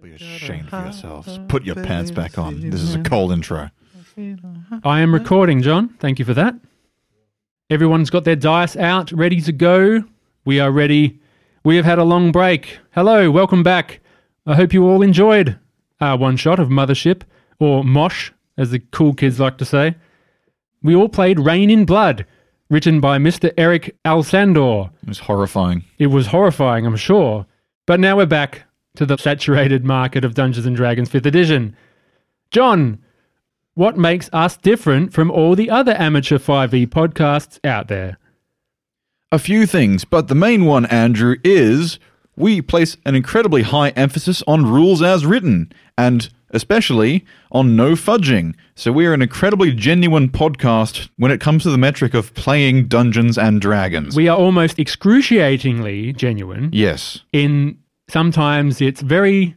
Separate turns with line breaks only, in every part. be ashamed of yourselves. Put your pants back on. This is a cold intro.
I am recording, John. Thank you for that. Everyone's got their dice out, ready to go. We are ready. We have had a long break. Hello, welcome back. I hope you all enjoyed our one shot of Mothership, or Mosh, as the cool kids like to say. We all played Rain in Blood, written by Mr. Eric Alsandor.
It was horrifying.
It was horrifying, I'm sure. But now we're back to the saturated market of Dungeons and Dragons 5th edition. John, what makes us different from all the other amateur 5e podcasts out there?
A few things, but the main one, Andrew, is we place an incredibly high emphasis on rules as written, and especially on no fudging. So we are an incredibly genuine podcast when it comes to the metric of playing Dungeons and Dragons.
We are almost excruciatingly genuine
yes.
in sometimes it's very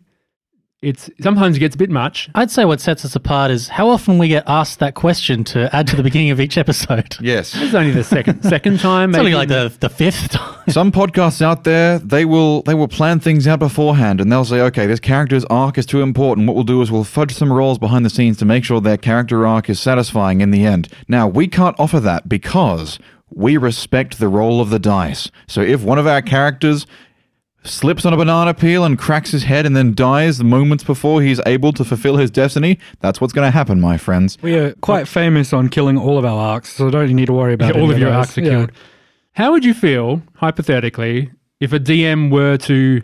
it's sometimes it gets a bit much.
I'd say what sets us apart is how often we get asked that question to add to the beginning of each episode.
Yes.
It's only the second second time
It's only
maybe.
like the, the fifth time.
Some podcasts out there, they will they will plan things out beforehand, and they'll say, "Okay, this character's arc is too important. What we'll do is we'll fudge some roles behind the scenes to make sure their character arc is satisfying in the end." Now, we can't offer that because we respect the roll of the dice. So, if one of our characters slips on a banana peel and cracks his head and then dies the moments before he's able to fulfill his destiny, that's what's going to happen, my friends.
We are quite famous on killing all of our arcs, so don't need to worry about
Yeah, all
any
of your
those.
arcs are
Yeah.
killed. How would you feel, hypothetically, if a DM were to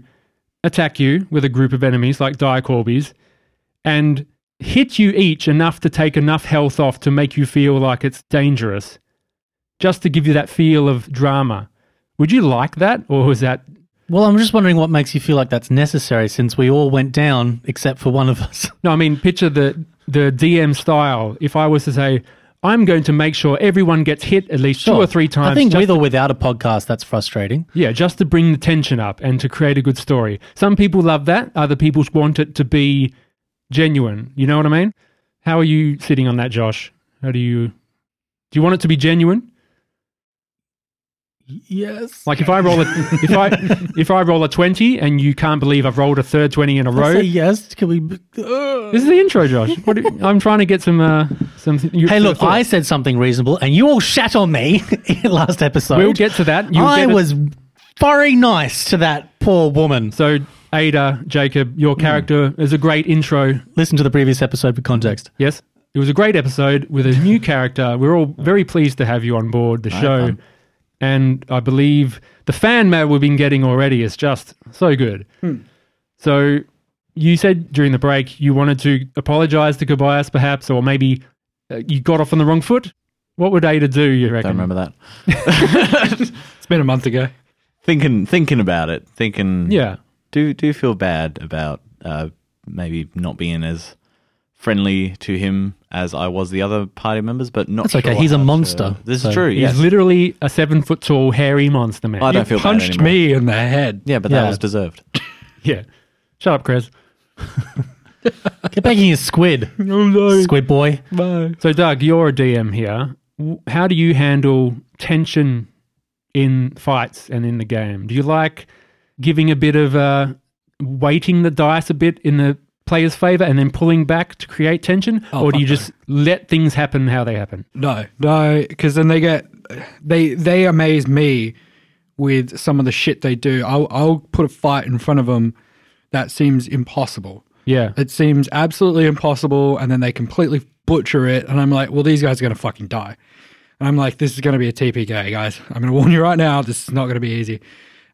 attack you with a group of enemies like Dire Corbies and hit you each enough to take enough health off to make you feel like it's dangerous, just to give you that feel of drama? Would you like that, or is that
Well, I'm just wondering what makes you feel like that's necessary since we all went down except for one of us.
No, I mean, picture the the DM style. If I was to say, I'm going to make sure everyone gets hit at least two or three times.
I think
just
with or without a podcast, that's frustrating.
Yeah, just to bring the tension up and to create a good story. Some people love that, other people want it to be genuine. You know what I mean? How are you sitting on that, Josh? How do you do you want it to be genuine?
Yes.
Like if I roll a if I if I roll a twenty and you can't believe I've rolled a third twenty in a row.
yes. Can we? uh.
This is the intro, Josh. What do you- I'm trying to get some uh, some. you-
Hey, look,
thought.
I said something reasonable and you all shat on me in last episode.
we'll get to that. You'll
I
get a-
was very nice to that poor woman.
So, Ada, Jacob,
Hmm.
your character is a great intro.
Listen to the previous episode for context.
Yes, it was a great episode with a new character. We're all very pleased to have you on board the show. And I believe the fan mail we've been getting already is just so good.
Hmm.
So, you said during the break you wanted to apologize to Kobayas, perhaps, or maybe uh, you got off on the wrong foot. What would Ada do, you reckon?
Don't remember that.
It's been a month ago.
Thinking, thinking about it. Thinking.
Yeah.
Do do feel bad about uh, maybe not being as friendly to him as I was the other party members, but not.
That's okay,
sure
he's a
how to-
monster,
This
so-
is true. Yes.
He's literally a seven foot tall, hairy monster man.
I don't feel bad
Punched
anymore.
me in the head.
Yeah, but
Yeah.
that was deserved.
yeah. Shut up, Chris.
Get back in your squid, squid boy.
So, Doug, you're a DM here. W- How do you handle tension in fights and in the game? Do you like giving a bit of uh, weighting the dice a bit in the player's favor and then pulling back to create tension,
Oh,
or do
fuck
you just let things happen how they happen?
No, no, because then they get they they amaze me with some of the shit they do. I'll I'll put a fight in front of them that seems impossible.
Yeah,
It seems absolutely impossible, and then they completely butcher it, and I'm like, well, these guys are gonna fucking die. And I'm like, this is gonna be a TPK, guys. I'm gonna warn you right now, this is not gonna be easy.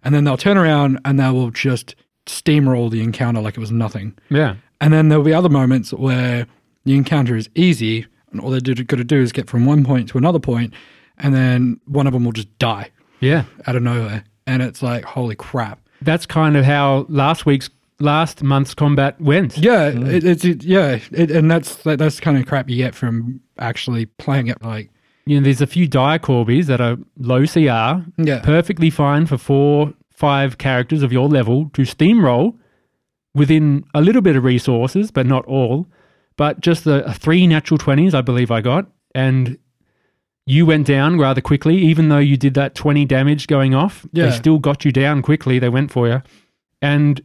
And then they'll turn around and they will just steamroll the encounter like it was nothing.
yeah,
And then there'll be other moments where the encounter is easy, and all they're got to do is get from one point to another point, and then one of them will just die
yeah.
out of nowhere. And it's like, holy crap.
That's kind of how last week's last month's combat went.
Yeah,
Mm.
it, it's it, yeah, it, and that's that, that's the kind of crap you get from actually playing it. Like,
You know, there's a few dire corbies that are low CR,
yeah,
perfectly fine for four, five characters of your level to steamroll within a little bit of resources, but not all. But just the uh, three natural 20s, I believe I got. And you went down rather quickly, even though you did that 20 damage going off.
Yeah.
They still got you down quickly. They went for you. And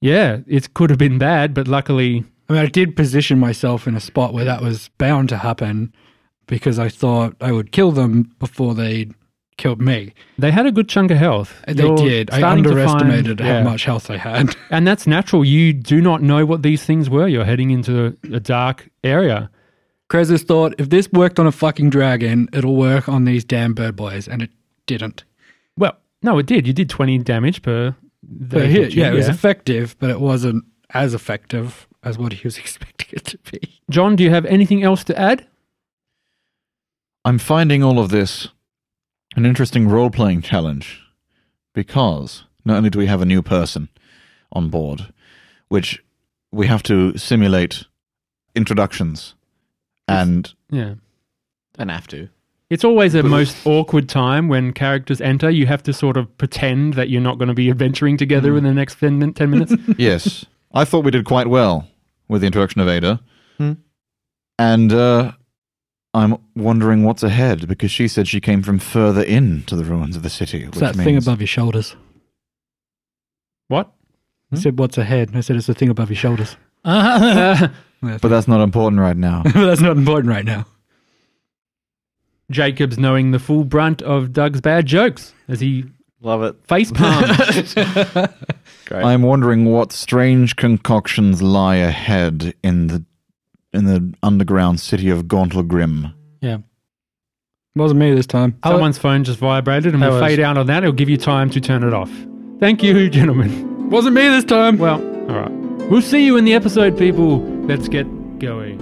Yeah, it could have been bad, but luckily,
I mean, I did position myself in a spot where that was bound to happen because I thought I would kill them before they killed me.
they had a good chunk of health.
And they
You're
did. I
starting to find-
underestimated
yeah.
how much health I had.
And that's natural. You do not know what these things were. You're heading into a dark area.
Krezis thought, if this worked on a fucking dragon, it'll work on these damn bird boys, and it didn't.
Well, no, it did. You did 20 damage per.
But
they
here,
hit you,
yeah, it was effective, but it wasn't as effective as what he was expecting it to be.
John, do you have anything else to add?
I'm finding all of this an interesting role playing challenge because not only do we have a new person on board, which we have to simulate introductions and
Yeah.
Don't have to.
It's always a most awkward time when characters enter. You have to sort of pretend that you're not going to be adventuring together in the next 10, min- 10 minutes.
yes, I thought we did quite well with the introduction of Ada.
Hmm.
And uh, I'm wondering what's ahead because she said she came from further in to the ruins of the city. Which
It's that
means
thing above your shoulders.
what?
He said, "What's ahead?" And I said, "It's the thing above your shoulders."
Uh,
but that's not important right now.
But that's not important right now.
Jacob's knowing the full brunt of Doug's bad jokes as he
Love it.
face palms.
Great.
I'm wondering what strange concoctions lie ahead in the in the underground city of Gauntlegrim.
Yeah.
wasn't me this time.
Someone's phone just vibrated, and
That
we'll
was-
fade out on that. It'll give you time to turn it off. Thank you, gentlemen.
Wasn't me this time.
Well, all right. We'll see you in the episode, people. Let's get going.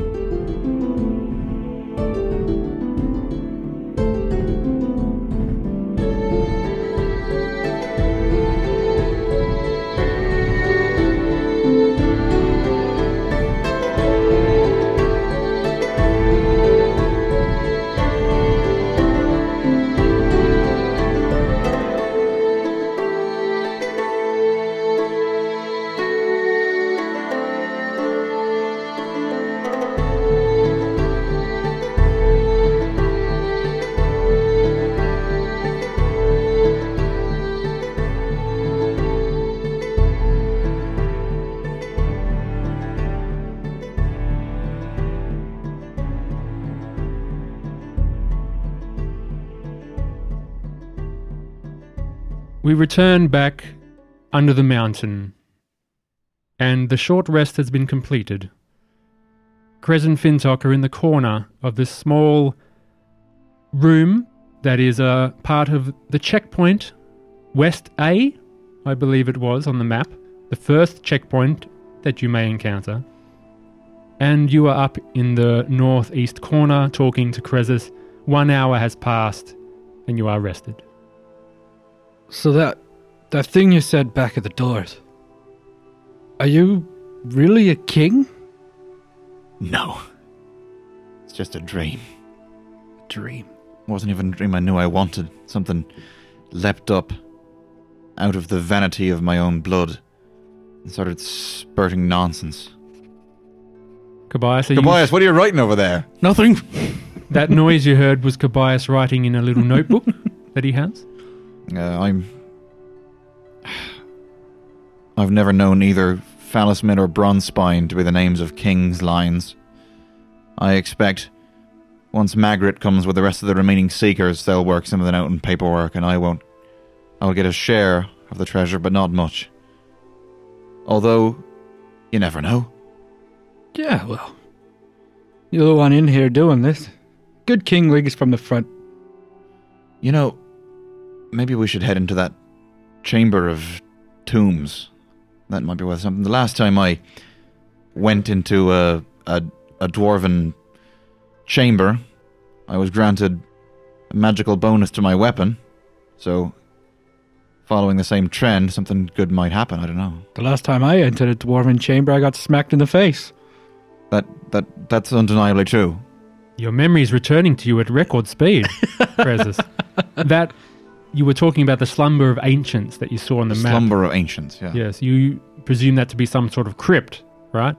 We return back under the mountain, and the short rest has been completed. Krez and Fintok are in the corner of this small room that is a part of the checkpoint West A, I believe it was on the map, the first checkpoint that you may encounter. And you are up in the northeast corner talking to Krezus. One hour has passed, and you are rested.
So that that thing you said back at the doors. Are you really a king?
No. It's just a dream.
Dream.
wasn't even a dream I knew I wanted. Something leapt up out of the vanity of my own blood and started spurting nonsense.
Kobayas, are you-
Tobias, what are you writing over there?
Nothing.
that noise you heard was Kobayas writing in a little notebook that he has.
Uh, I'm. I've never known either Phallusmid or Bronzespine to be the names of kings' lines. I expect once Magritte comes with the rest of the remaining seekers, they'll work some of the out in paperwork, and I won't. I'll get a share of the treasure, but not much. Although, you never know.
Yeah, well. You're the one in here doing this. Good king leagues from the front.
You know, maybe we should head into that chamber of tombs. That might be worth something. The last time I went into a a, a dwarven chamber, I was granted a magical bonus to my weapon. So, following the same trend, something good might happen. I don't know.
The last time I entered a dwarven chamber, I got smacked in the face.
That that that's undeniably true.
Your memory is returning to you at record speed, Prezis. That you were talking about the slumber of ancients that you saw on the map.
Slumber of ancients. Yeah.
Yes, you presume that to be some sort of crypt, right? Is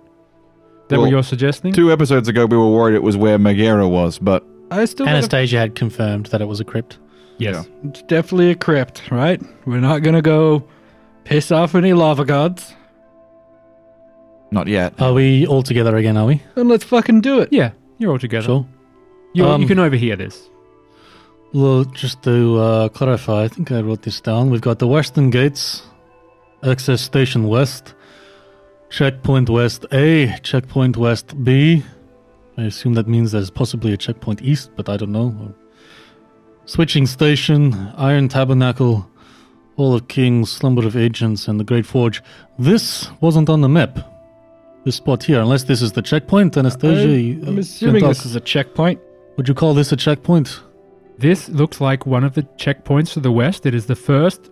that
Well,
what you're suggesting?
Two episodes ago, we were worried it was where Megara was, but
I still got a-
Anastasia had confirmed that it was a crypt.
yes.
It's definitely a crypt, right? We're not gonna go piss off any lava gods.
Not yet.
Are we all together again, are we?
Then let's fucking do it.
Yeah, you're all together.
Sure.
You,
Um,
you can overhear this.
Well, just to uh, clarify, I think I wrote this down. We've got the Western Gates, Access Station West, Checkpoint West A, Checkpoint West B. I assume that means there's possibly a checkpoint east, but I don't know. Switching Station, Iron Tabernacle, Hall of Kings, Slumber of Agents, and the Great Forge. This wasn't on the map. This spot here, unless this is the checkpoint, Anastasia. you-
I'm, I'm assuming
Pentalk,
this uh, is a checkpoint.
Would you call this a checkpoint?
This looks like one of the checkpoints to the west. It is the first,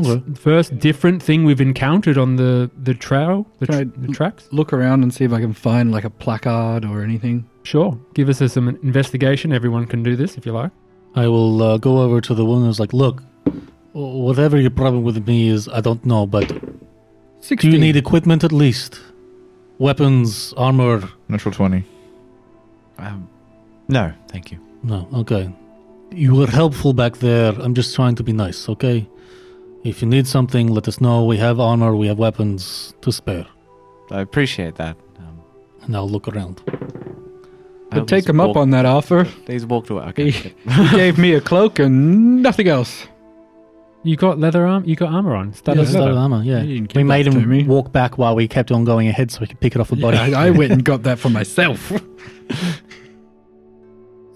Okay.
first different thing we've encountered on the the trail, the, tr-
Right.
the tracks.
Look around and see if I can find like a placard or anything.
Sure, give us some investigation. Everyone can do this if you like.
I will uh, go over to the woman who's like, look, w- whatever your problem with me is, I don't know, but do
Sixteen.
you need equipment at least? Weapons, armor?
Natural 20.
Um, no, thank you.
No, okay. You were helpful back there. I'm just trying to be nice, okay? If you need something, let us know. We have armor, we have weapons to spare.
I appreciate that. Um,
And I'll look around.
I'll
But take
just
him up
walk-
on that offer.
He's walked away. Okay.
He, he gave me a cloak and nothing else.
You got leather arm. You got armor on. Stud
Yeah,
of leather.
so armor, yeah.
You didn't
We
give
made
that to me.
him walk back while we kept on going ahead so he could pick it off a body.
Yeah, I, I went and got that for myself.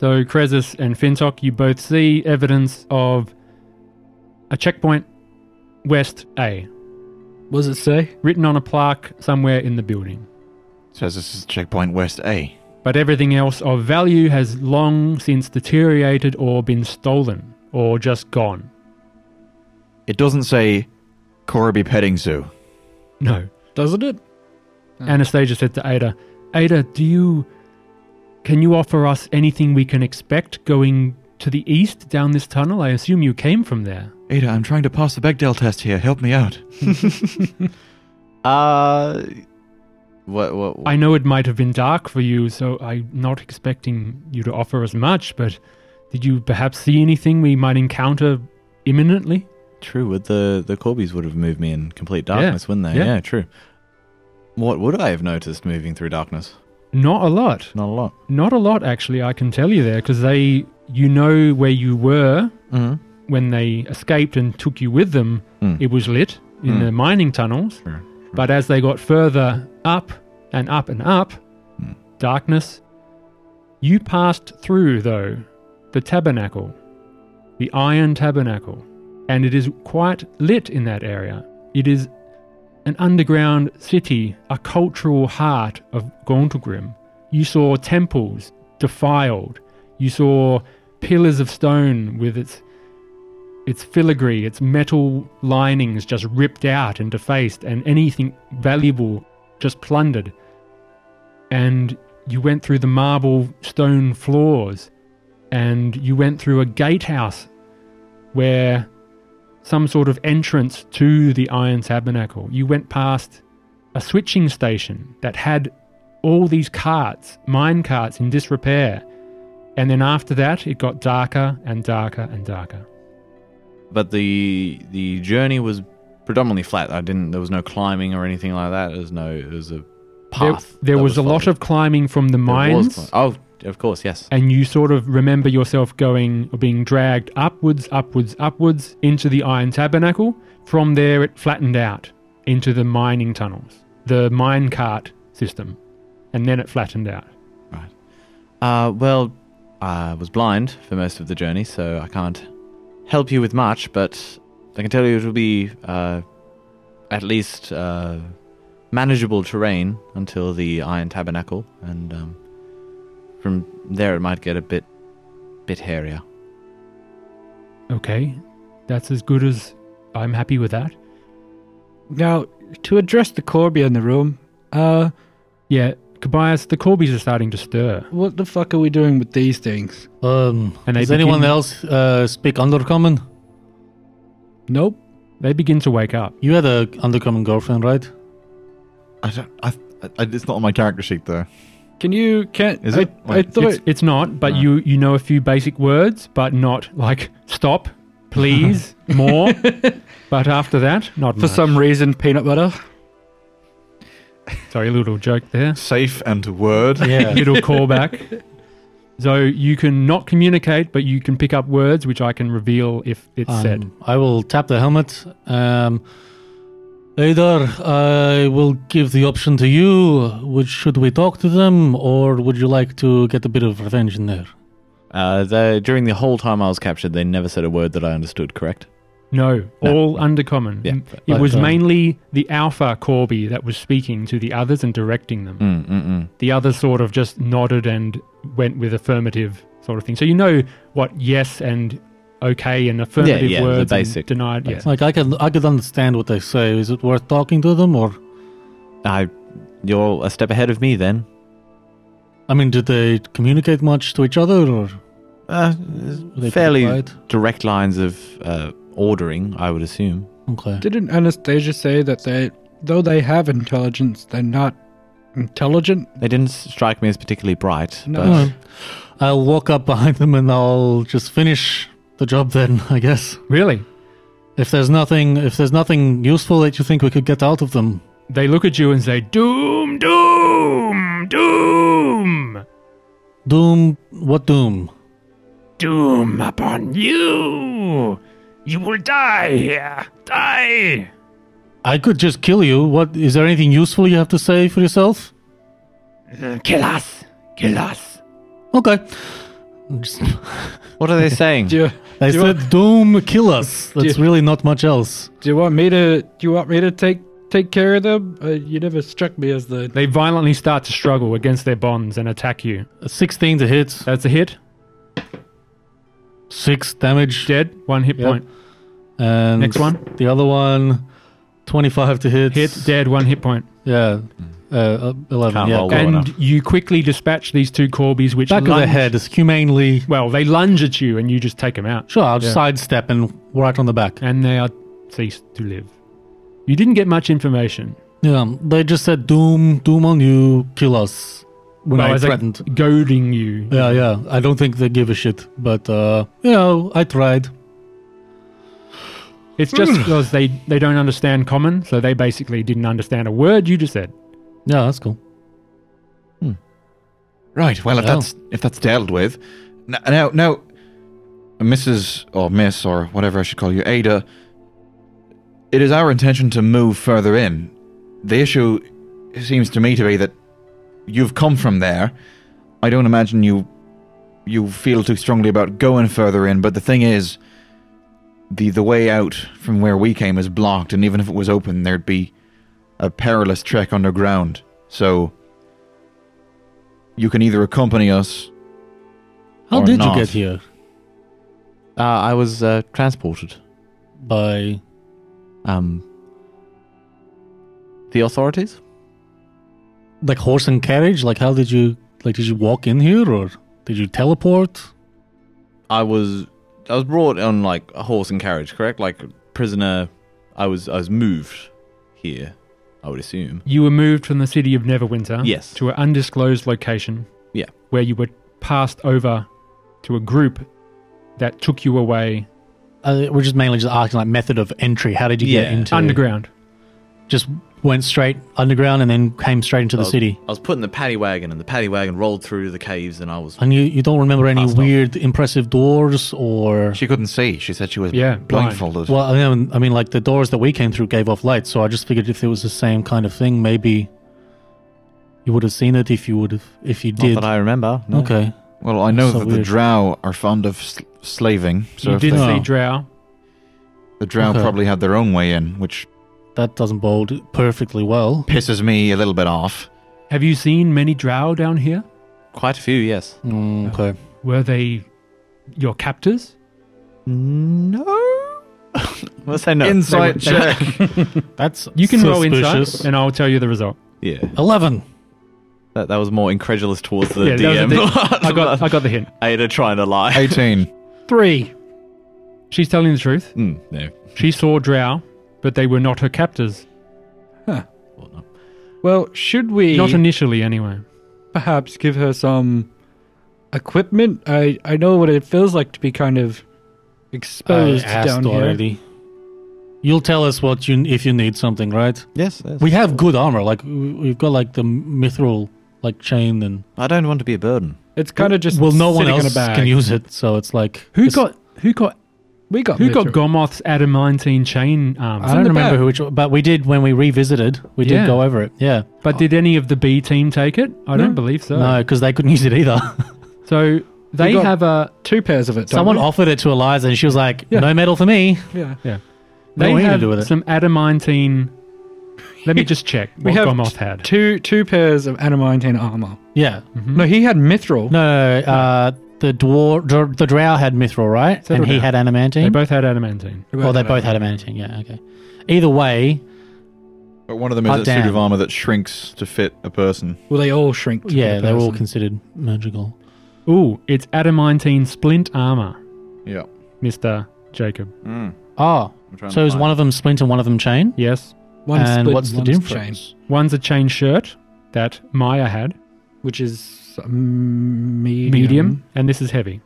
So Krezus and Fintok, you both see evidence of a checkpoint west A
What does it say?
written on a plaque somewhere in the building.
Says this is checkpoint West A.
But everything else of value has long since deteriorated or been stolen or just gone.
It doesn't say Coraby Petting Zoo.
No.
Doesn't it?
Anastasia said to Ada, Ada, do you. Can you offer us anything we can expect going to the east down this tunnel? I assume you came from there.
Ada, I'm trying to pass the Bechdel test here. Help me out.
Uh, what? What?
I know it might have been dark for you, so I'm not expecting you to offer us much, but did you perhaps see anything we might encounter imminently?
True. Would the the Corbies would have moved me in complete darkness, wouldn't they?
Yeah.
Yeah. True. What would I have noticed moving through darkness?
Not a lot.
Not a lot.
Not a lot, actually, I can tell you there, because they. You know where you were
Mm-hmm.
when they escaped and took you with them,
Mm.
it was lit in
Mm.
the mining tunnels.
Sure.
But as they got further up and up and up,
Hmm.
Mm.
darkness, you passed through, though, the tabernacle, the iron tabernacle, and it is quite lit in that area. It is an underground city, a cultural heart of Gontagrim. You saw temples defiled. You saw pillars of stone with its its filigree, its metal linings just ripped out and defaced, and anything valuable just plundered. And you went through the marble stone floors, and you went through a gatehouse where some sort of entrance to the Iron Tabernacle. You went past a switching station that had all these carts, mine carts in disrepair. And then after that, it got darker and darker and darker.
But the the journey was predominantly flat. I didn't. There was no climbing or anything like that. There was no. There was a
There-
path.
There, was, a lot of climbing from the mines,
Oh, of course. Yes.
and you sort of remember yourself going or being dragged upwards, upwards, upwards into the Iron Tabernacle. From there, it flattened out into the mining tunnels, the mine cart system, and then it flattened out.
Uh, well, I was blind for most of the journey, so I can't help you with much, but I can tell you it'll be uh, at least uh, manageable terrain until the Iron Tabernacle, and um, from there it might get a bit bit hairier.
Okay, that's as good as I'm happy with that.
Now, to address the Corby in the room, uh,
Yeah, Kobayas, the Corbies are starting to stir.
what the fuck are we doing with these things?
Um,
And they
does anyone
begin-
else uh, speak Undercommon?
Nope.
They begin to wake up.
You had a Undercommon girlfriend, right?
I don't. I, I, it's not on my character sheet, though.
Can you? Can't?
Is
I,
it?
I
Wait,
thought.
It's, it's not, but
No.
you you know a few basic words, but not like stop, please, more. But after that, not
for
much.
some reason, peanut butter.
Sorry, little joke there.
Safe and word.
Yeah.
Little callback. So you can not communicate, but you can pick up words, which I can reveal if it's said.
Um, I will tap the helmet. Um, either I will give the option to you, which should we talk to them, or would you like to get a bit of revenge in there?
Uh, they, during the whole time I was captured, they never said a word that I understood, correct?
No,
No.
all undercommon.
Yeah.
It
Like,
was
um,
mainly the alpha Corby that was speaking to the others and directing them.
Mm, mm, mm.
The others sort of just nodded and went with affirmative sort of thing. So you know what yes and okay and affirmative
yeah, the
words and
basic-
denied. Yeah.
basic.
Like I can, I could understand what they say. Is it worth talking to them, or
I, you're a step ahead of me then.
I mean, did they communicate much to each other, or
Uh,
were they
fairly
pretty quiet?
direct lines of uh, ordering, I would assume.
Okay.
Didn't Anastasia say that they, though they have intelligence, they're not intelligent?
They didn't s- strike me as particularly bright.
No.
But
Alright. I'll walk up behind them and I'll just finish the job then, I guess.
Really?
If there's nothing if there's nothing useful that you think we could get out of them.
They look at you and say, Doom, doom, doom,
Doom what doom?
doom upon you. You will die here. Die.
I could just kill you. What is there anything useful you have to say for yourself?
Uh, Kill us. Kill us.
Okay. I'm just-
what are they saying?
Do you,
I
Do you
said doom kill us. That's
you-
really not much else.
do you want me to? Do you want me to take take care of them? Uh, you never struck me as the.
They violently start to struggle against their bonds and attack you.
A 16 to hit,
That's a hit.
6 damage.
Dead. One hit
Yep.
point.
And
Next one.
The other one 25 to hit.
Hit. Dead. One hit point.
Yeah. Uh, 11.
Can't
yeah.
roll.
and
enough.
you quickly dispatch these two Corbys, which
Back of the
lunge-
head is humanely
Well, they lunge at you and you just take them out,
Sure, I'll
Yeah.
sidestep and right on the back.
and they are ceased to live. You didn't get much information.
Yeah, they just said doom, doom on you, kill us when
Well,
Oh, I
as a-
threatened.
goading you.
yeah, yeah. I don't think they give a shit, but uh, you know, I tried.
It's just because they, they don't understand common, so they basically didn't understand a word you just said.
Yeah, that's cool.
Hmm. Right. Well, if
Oh.
that's if that's dealt with, n- now now, Mrs. or Miss or whatever I should call you, Ada. It is our intention to move further in. The issue seems to me to be that you've come from there. I don't imagine you you feel too strongly about going further in, but the thing is, the the way out from where we came is blocked, and even if it was open, there'd be a perilous trek underground. So you can either accompany us.
How
Or
did
not.
you get here?
Uh, I was uh, transported.
By
Um, the authorities?
like horse and carriage? Like, how did you like? Did you walk in here or did you teleport?
I was I was brought on like a horse and carriage, correct? Like prisoner. I was I was moved here. I would assume.
You were moved from the city of Neverwinter
Yes.
to an undisclosed location.
Yeah.
Where you were passed over to a group that took you away
Uh, we're just mainly just asking like method of entry. How did you
Yeah.
get into
underground.
Just went straight underground and then came straight into the
Oh.
city.
I was put in the paddy wagon, and the paddy wagon rolled through the caves, and I was.
And you, you don't remember any
Passed on.
weird impressive doors or
She couldn't see. She said she was
Yeah, blind.
blindfolded.
Well, I mean, I mean, like the doors that we came through gave off light, so I just figured if it was the same kind of thing, maybe you would have seen it if you would have, if you
Not
did.
that I remember. no.
Okay,
Well, I know
So
that the
weird.
drow are fond of sl- slaving, so
you
if
did
they-
see
No.
Drow.
the drow
Okay.
probably had their own way in, which
that doesn't bode perfectly well.
pisses me a little bit off.
Have you seen many Drow down here?
Quite a few, yes.
Mm, okay,
Were they your captors?
No. Let's say no.
Insight check.
that's
You can roll
suspicious.
inside, and I'll tell you the result.
yeah,
Eleven.
that, that was more incredulous towards the
Yeah, that was a
DM.
I got, I got the hint.
Ada trying to lie.
Eighteen.
Three.
She's telling the truth.
Mm, no.
She saw Drow, but they were not her captors.
Well, no.
Well, should we
Not initially, anyway.
perhaps give her some equipment? I I know what it feels like to be kind of
I
Oh,
exposed
asked
down here.
already. You'll tell us what you if you need something, right?
Yes, yes.
We have good armor. Like we- we've got like the mithril like chain and
I don't want to be a burden.
It's kind of just
well, no one
sitting in
else
a bag.
can use it. So it's like
Who
it's-
got who got
we got
who got
Mithril.
Gomoth's adamantine chain um, armor?
I don't
the
remember
bag.
who which, but we did when we revisited. We
Yeah.
did go over it. Yeah,
But did any of the B team take it? I
No.
don't believe so.
no, because they couldn't use it either.
So they
We got-
have a
two pairs of it. don't
Someone
we?
offered it to Eliza, and she was like,
Yeah.
"No medal for me."
yeah.
What
they
are we gonna
have
do with it?
some adamantine. Let me just check what
We have
Gomoth had.
Two two pairs of adamantine armor.
Yeah,
No, he had mithril.
no, no, no, uh, the dwarf, dr- the drow had mithril, right?
So
and
did
he
I.
had
They
adamantine.
both had adamantine.
Well, they both had adamantine. Yeah, okay. Either way,
But one of them is
Oh,
a suit
damn.
of armor that shrinks to fit a person.
Well, they all shrink. To
yeah,
fit a
they're all
person.
considered magical.
Ooh, it's adamantine splint armor,
Yeah.
Mister Jacob.
Mm.
Oh,
I'm trying
so
to
is
find-
one of them splint and one of them chain?
Yes,
One's
and
split,
what's the
one's chain,
difference?
one's a chain shirt that Maya had,
which is um, medium.
medium, and this is heavy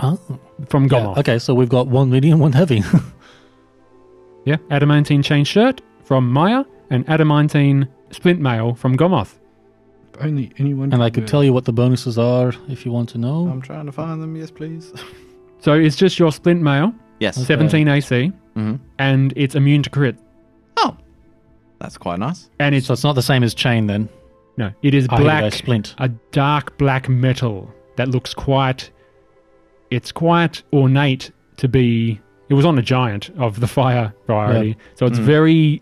Oh,
from
yeah,
Gomoth.
okay. So we've got one medium, one heavy.
Yeah, adamantine chain shirt from Maya and adamantine splint mail from Gomoth.
Only anyone.
and I
can
could
do
tell you what the bonuses are if you want to know.
I'm trying to find them. Yes, please.
So it's just your splint mail,
Yes.
Okay.
17 AC,
hmm
and it's immune to crit.
Oh, that's quite nice.
And it's
so it's not the same as chain then.
no, it is
Oh, here we go,
black,
splint.
a dark black metal that looks quite. It's quite ornate to be. It was on a giant of the fire variety, so it's very.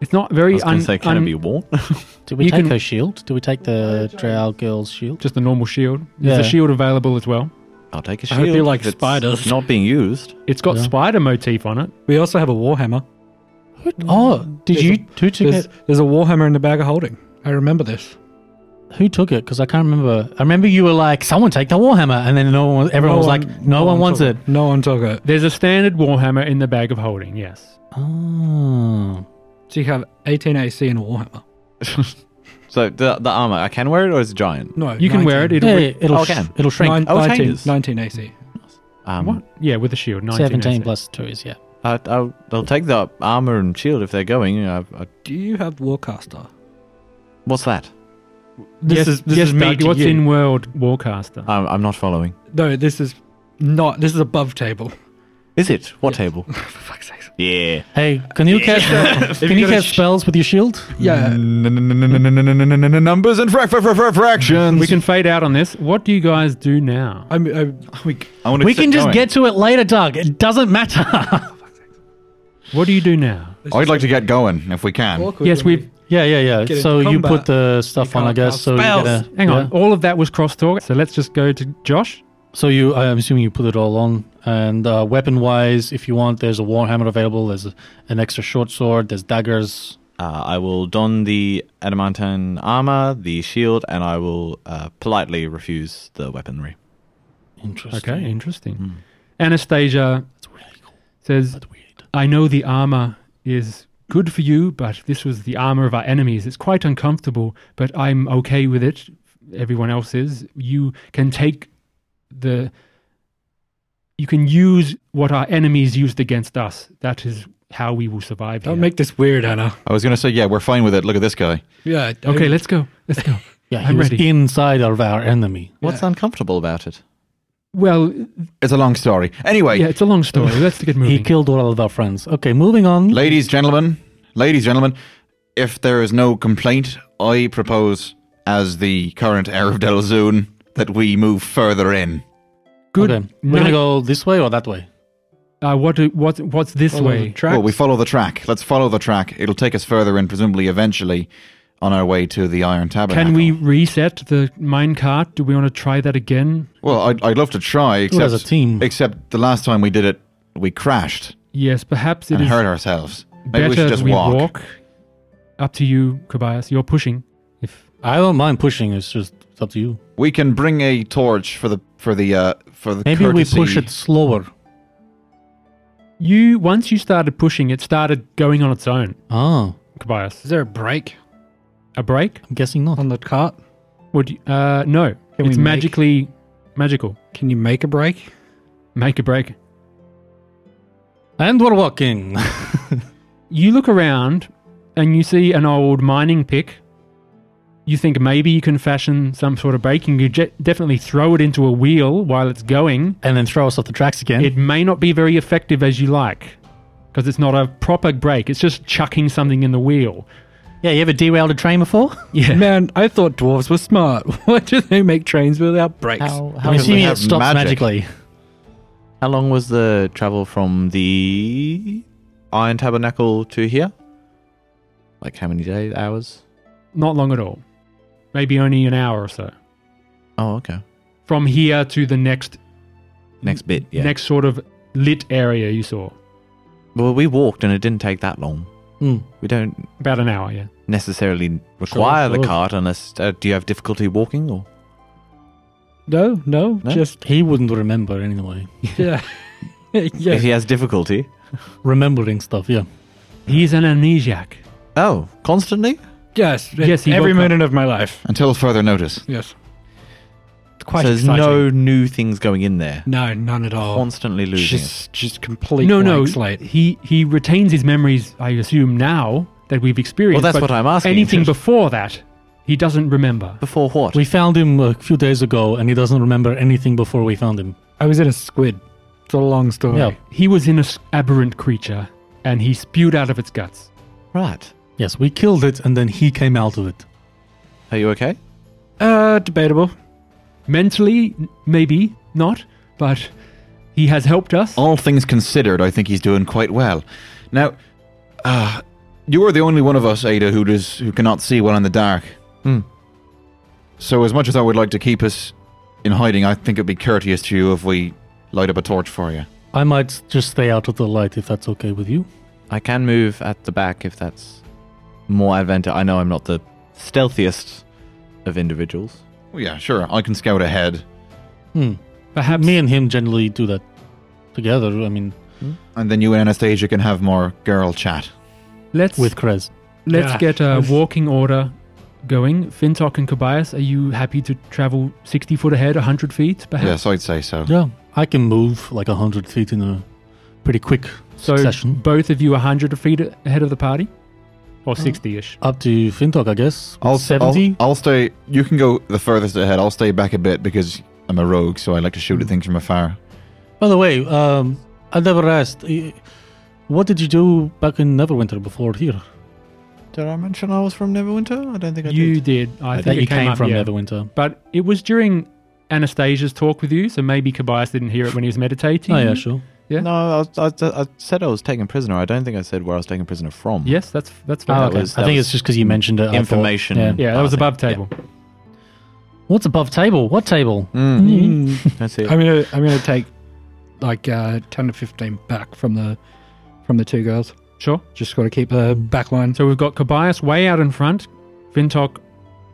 It's not
Mm. I
very.
was going
un-
to say, can
un-
it be worn?
Did we
You
take
can-
her shield? Did we take the drow girl's shield?
just a normal shield. There's
Yeah.
a shield available as well.
I'll take a
I
shield.
hope you like
if it's
spiders.
Not being used.
It's got
Yeah.
spider motif on it.
it. We also have a warhammer.
Oh, did
There's
you
a-
who took
There's,
it?
there's a warhammer in the bag of holding. I remember this.
Who took it? Because I can't remember. I remember you were like, "Someone take the warhammer," and then no one, was- everyone
No
was
one-
like, "No, one, wants
took
it."
No one took it.
There's a standard warhammer in the bag of holding. Yes.
Oh,
So you have 18 AC and a warhammer.
So the, the armor, I can wear it or is it giant?
No,
You can wear it, it'll-
yeah, it'll
Oh,
sh-
can.
it'll shrink.
Nine-
Oh, it
19,
changes.
19 AC.
Um,
what? Yeah, with a shield. 19
Seventeen
AC.
plus two is yeah.
I, I'll, I'll take the armor and shield if they're going. I, I,
Do you have warcaster?
what's that?
This
yes,
is- this
yes,
is me
Doug,
to
What's
you.
in World Warcaster?
I'm, I'm not following.
No, this is not. This is above table.
Is it? What table?
For fuck's sake.
Yeah.
Hey, can you cast can you cast spells with your shield?
Uh,
Yeah.
Mm. Numbers and frac- frac- frac- frac- fractions.
we can fade out on this. What do you guys do now?
I'm, I'm,
I wanna
We
keep
can just
going.
get to it later, Doug. It doesn't matter.
What do you do now?
I'd like to get going if we can.
yes, we've.
yeah, yeah, yeah.
Get in
So you
combat.
put the stuff
You
on, I
can't
guess.
cast
So you
spells.
gotta-
Hang on.
yeah.
All of that was crosstalk. So let's just go to Josh.
So you, I'm assuming you put it all on. And uh, weapon-wise, if you want, there's a warhammer available. There's a, an extra short sword. There's daggers.
Uh, I will don the adamantine armor, the shield, and I will uh, politely refuse the weaponry.
Interesting.
Okay, interesting. Anastasia
That's really cool.
says,
That's weird.
I know the armor is good for you, but this was the armor of our enemies. It's quite uncomfortable, but I'm okay with it. Everyone else is. You can take the. You can use what our enemies used against us. That is how we will survive.
don't
here.
make this weird, Anna.
I was going to say, yeah, we're fine with it. Look at this guy.
Yeah.
okay, let's go. Let's go.
Yeah, he
I'm
was
ready.
inside of our enemy.
What's uncomfortable about it?
Well,
It's a long story. Anyway,
yeah, it's a long story. Let's get
He
moving.
killed all of our friends. Okay, moving on.
ladies, gentlemen, ladies, gentlemen, if there is no complaint, I propose, as the current heir of Delzoon, that we move further in.
Good.
Okay, we're gonna
night.
go this way or that way.
Uh, what do, what what's this way?
Well, we follow the track. Let's follow the track. It'll take us further in, presumably eventually, on our way to the Iron Tabernacle.
Can we reset the mine cart? Do we want to try that again?
Well, I'd, I'd love to try,
Do it
except
as a team.
Except the last time we did it, we crashed
Yes, perhaps it
and
is
hurt ourselves. Maybe
better
we should just
we
walk.
Up to you, Kobayas. You're pushing. If
I don't mind pushing. It's just it's up to you.
We can bring a torch for the for the uh, for the
Maybe
courtesy.
we push it slower.
you once you started pushing, it started going on its own.
Oh,
Is
Kobayas,
there a break
a break?
I'm guessing not.
on the cart?
Would you, uh no?
Can we
it's
make-
magically magical.
Can you make a break?
Make a break.
And we're walking.
You look around and you see an old mining pick. You think maybe you can fashion some sort of braking. You je- definitely throw it into a wheel while it's going.
and then throw us off the tracks again.
It may not be very effective as you like because it's not a proper brake. It's just chucking something in the wheel.
yeah, you ever derailed a train before?
Yeah.
Man, I thought dwarves were smart. Why do they make trains without brakes?
I'm
does it
assuming it
have
stops
magic?
magically.
How long was the travel from the Iron Tabernacle to here? Like how many days, hours?
Not long at all. Maybe only an hour or so.
Oh, okay.
From here to the next
Next bit, yeah.
next sort of lit area you saw.
Well, we walked and it didn't take that long.
Hmm.
We don't
About an hour, yeah.
necessarily require
sure.
the cart unless. Uh, do you have difficulty walking or?
No, no,
No?
just
He wouldn't remember anyway.
yeah,
If
yeah.
he has difficulty.
Remembering stuff, yeah.
He's an amnesiac.
Oh, constantly?
Yes,
Yes, he
every
woke up.
minute of my life.
Until further notice.
Yes,
It's quite
so there's no new things going in there.
no, none at all.
Constantly losing. it.
Just, just complete
no,
blank
no.
slate.
He he retains his memories. I assume now that we've
Well,
experienced.
that's
but
what I'm asking.
Anything
Just-
before that, he doesn't remember.
before what?
We found him a few days ago, and he doesn't remember anything before we found him.
I was in a squid. It's a long story.
Yeah.
He was in an aberrant creature, and he spewed out of its guts.
right.
Yes, we killed it, and then he came out of it.
Are you okay?
Uh, debatable.
Mentally, n- maybe not, but he has helped us.
Oh,
all things considered, I think he's doing quite well. Now, uh, you are the only one of us, Ada, who does who cannot see well in the dark.
Hmm.
So, as much as I would like to keep us in hiding, I think it'd be courteous to you if we light up a torch for you.
I might just stay out of the light if that's okay with you.
I can move at the back if that's more advantage. I know I'm not the stealthiest of individuals.
Oh, yeah, sure. I can scout ahead,
Hmm.
Perhaps
Me and him generally do that together. I mean,
and then you and Anastasia can have more girl chat.
let's
with Krez.
let's
Yeah.
get a walking order going. Fintok and Kobayas, are you happy to travel sixty foot ahead, hundred feet, perhaps?
Yes, I'd say so.
Yeah, I can move like a hundred feet in a pretty quick
So
succession.
both of you are hundred feet ahead of the party, or sixty-ish.
Up to Fintok, I guess.
I'll
seventy.
I'll, I'll stay. You can go the furthest ahead. I'll stay back a bit because I'm a rogue, so I like to shoot at things from afar.
By the way, um, I never asked. eh, What did you do back in Neverwinter before here?
Did I mention I was from Neverwinter? I don't think
You did. I, think
Uh, that
it
you came,
up,
from
yeah.
Neverwinter.
But it was during Anastasia's talk with you, so maybe Kobayas didn't hear it when he was meditating.
Oh yeah, sure.
Yeah.
No, I, was, I, I said I was taken prisoner. I don't think I said where I was taken prisoner from.
Yes, that's that's
Oh,
fine.
okay. was-
I
that
think
was
it's just because you mentioned it. I thought.
information.
Yeah.
Yeah, that was
passing.
above table.
What's above table? What table? Hmm.
Mm,
Mm-hmm.
Mm.
I see.
I'm gonna, I'm gonna take like uh, ten to fifteen back from the, from the two girls.
Sure.
Just got to keep the back line.
So we've got Kobayas way out in front, Vintok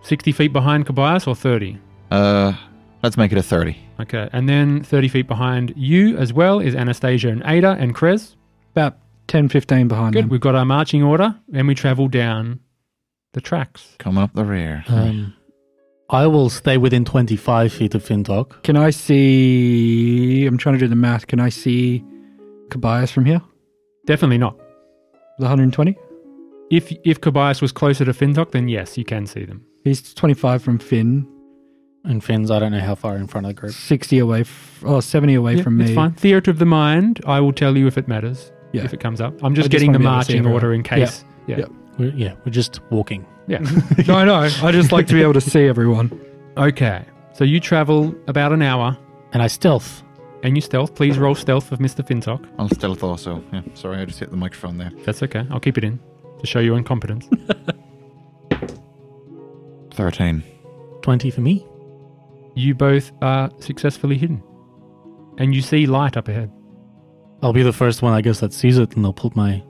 60 feet behind Kobayas or 30.
Uh, let's make it a thirty.
Okay. And then 30 feet behind you as well is Anastasia and Ada and Krez.
About 10, 15 behind
Good.
them.
We've got our marching order and we travel down the tracks.
Coming up the rear.
Um, I will stay within twenty-five feet of Fintok.
Can I see? I'm trying to do the math. Can I see Kobayas from here?
Definitely not.
The 120?
If if Kobayas was closer to Fintok, then yes, you can see them.
He's 25 from Finn,
And Finn's, I don't know how far in front of the group.
60 away, f- oh, 70 away
Yeah,
from me.
It's fine. Theatre of the mind. I will tell you if it matters.
Yeah.
If it comes up, I'm just
I just
getting
wanna
the
be able to see
marching
everyone.
order in case. Yeah.
Yeah.
We're, yeah, we're just walking.
no, I know. I just like to be able to see everyone.
Okay. So you travel about an hour
And I stealth.
and you stealth. Please roll stealth of Mr. Fintok.
I'll stealth also. Yeah, sorry, I just hit the microphone there.
That's okay. I'll keep it in to show your incompetence.
13.
20 for me.
you both are successfully hidden. And you see light up ahead.
I'll be the first one, I guess, that sees it, and I'll put my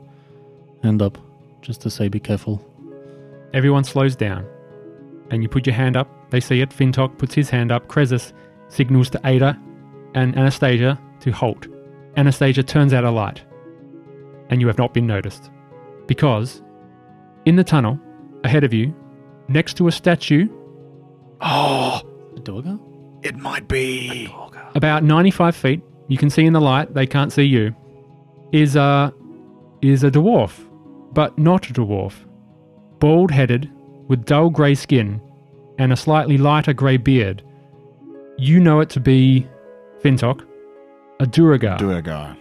hand up just to say, be careful.
Everyone slows down. And you put your hand up. They see it. Fintok puts his hand up. Krezus signals to Ada and Anastasia to halt. Anastasia turns out a light. And you have not been noticed. Because in the tunnel ahead of you, next to a statue
A dogger?
It might be.
about 95 feet, you can see in the light, they can't see you, is a is a dwarf, but not a dwarf, bald-headed, with dull grey skin, and a slightly lighter grey beard. You know it to be Fintok, a Duragar.
Duergar.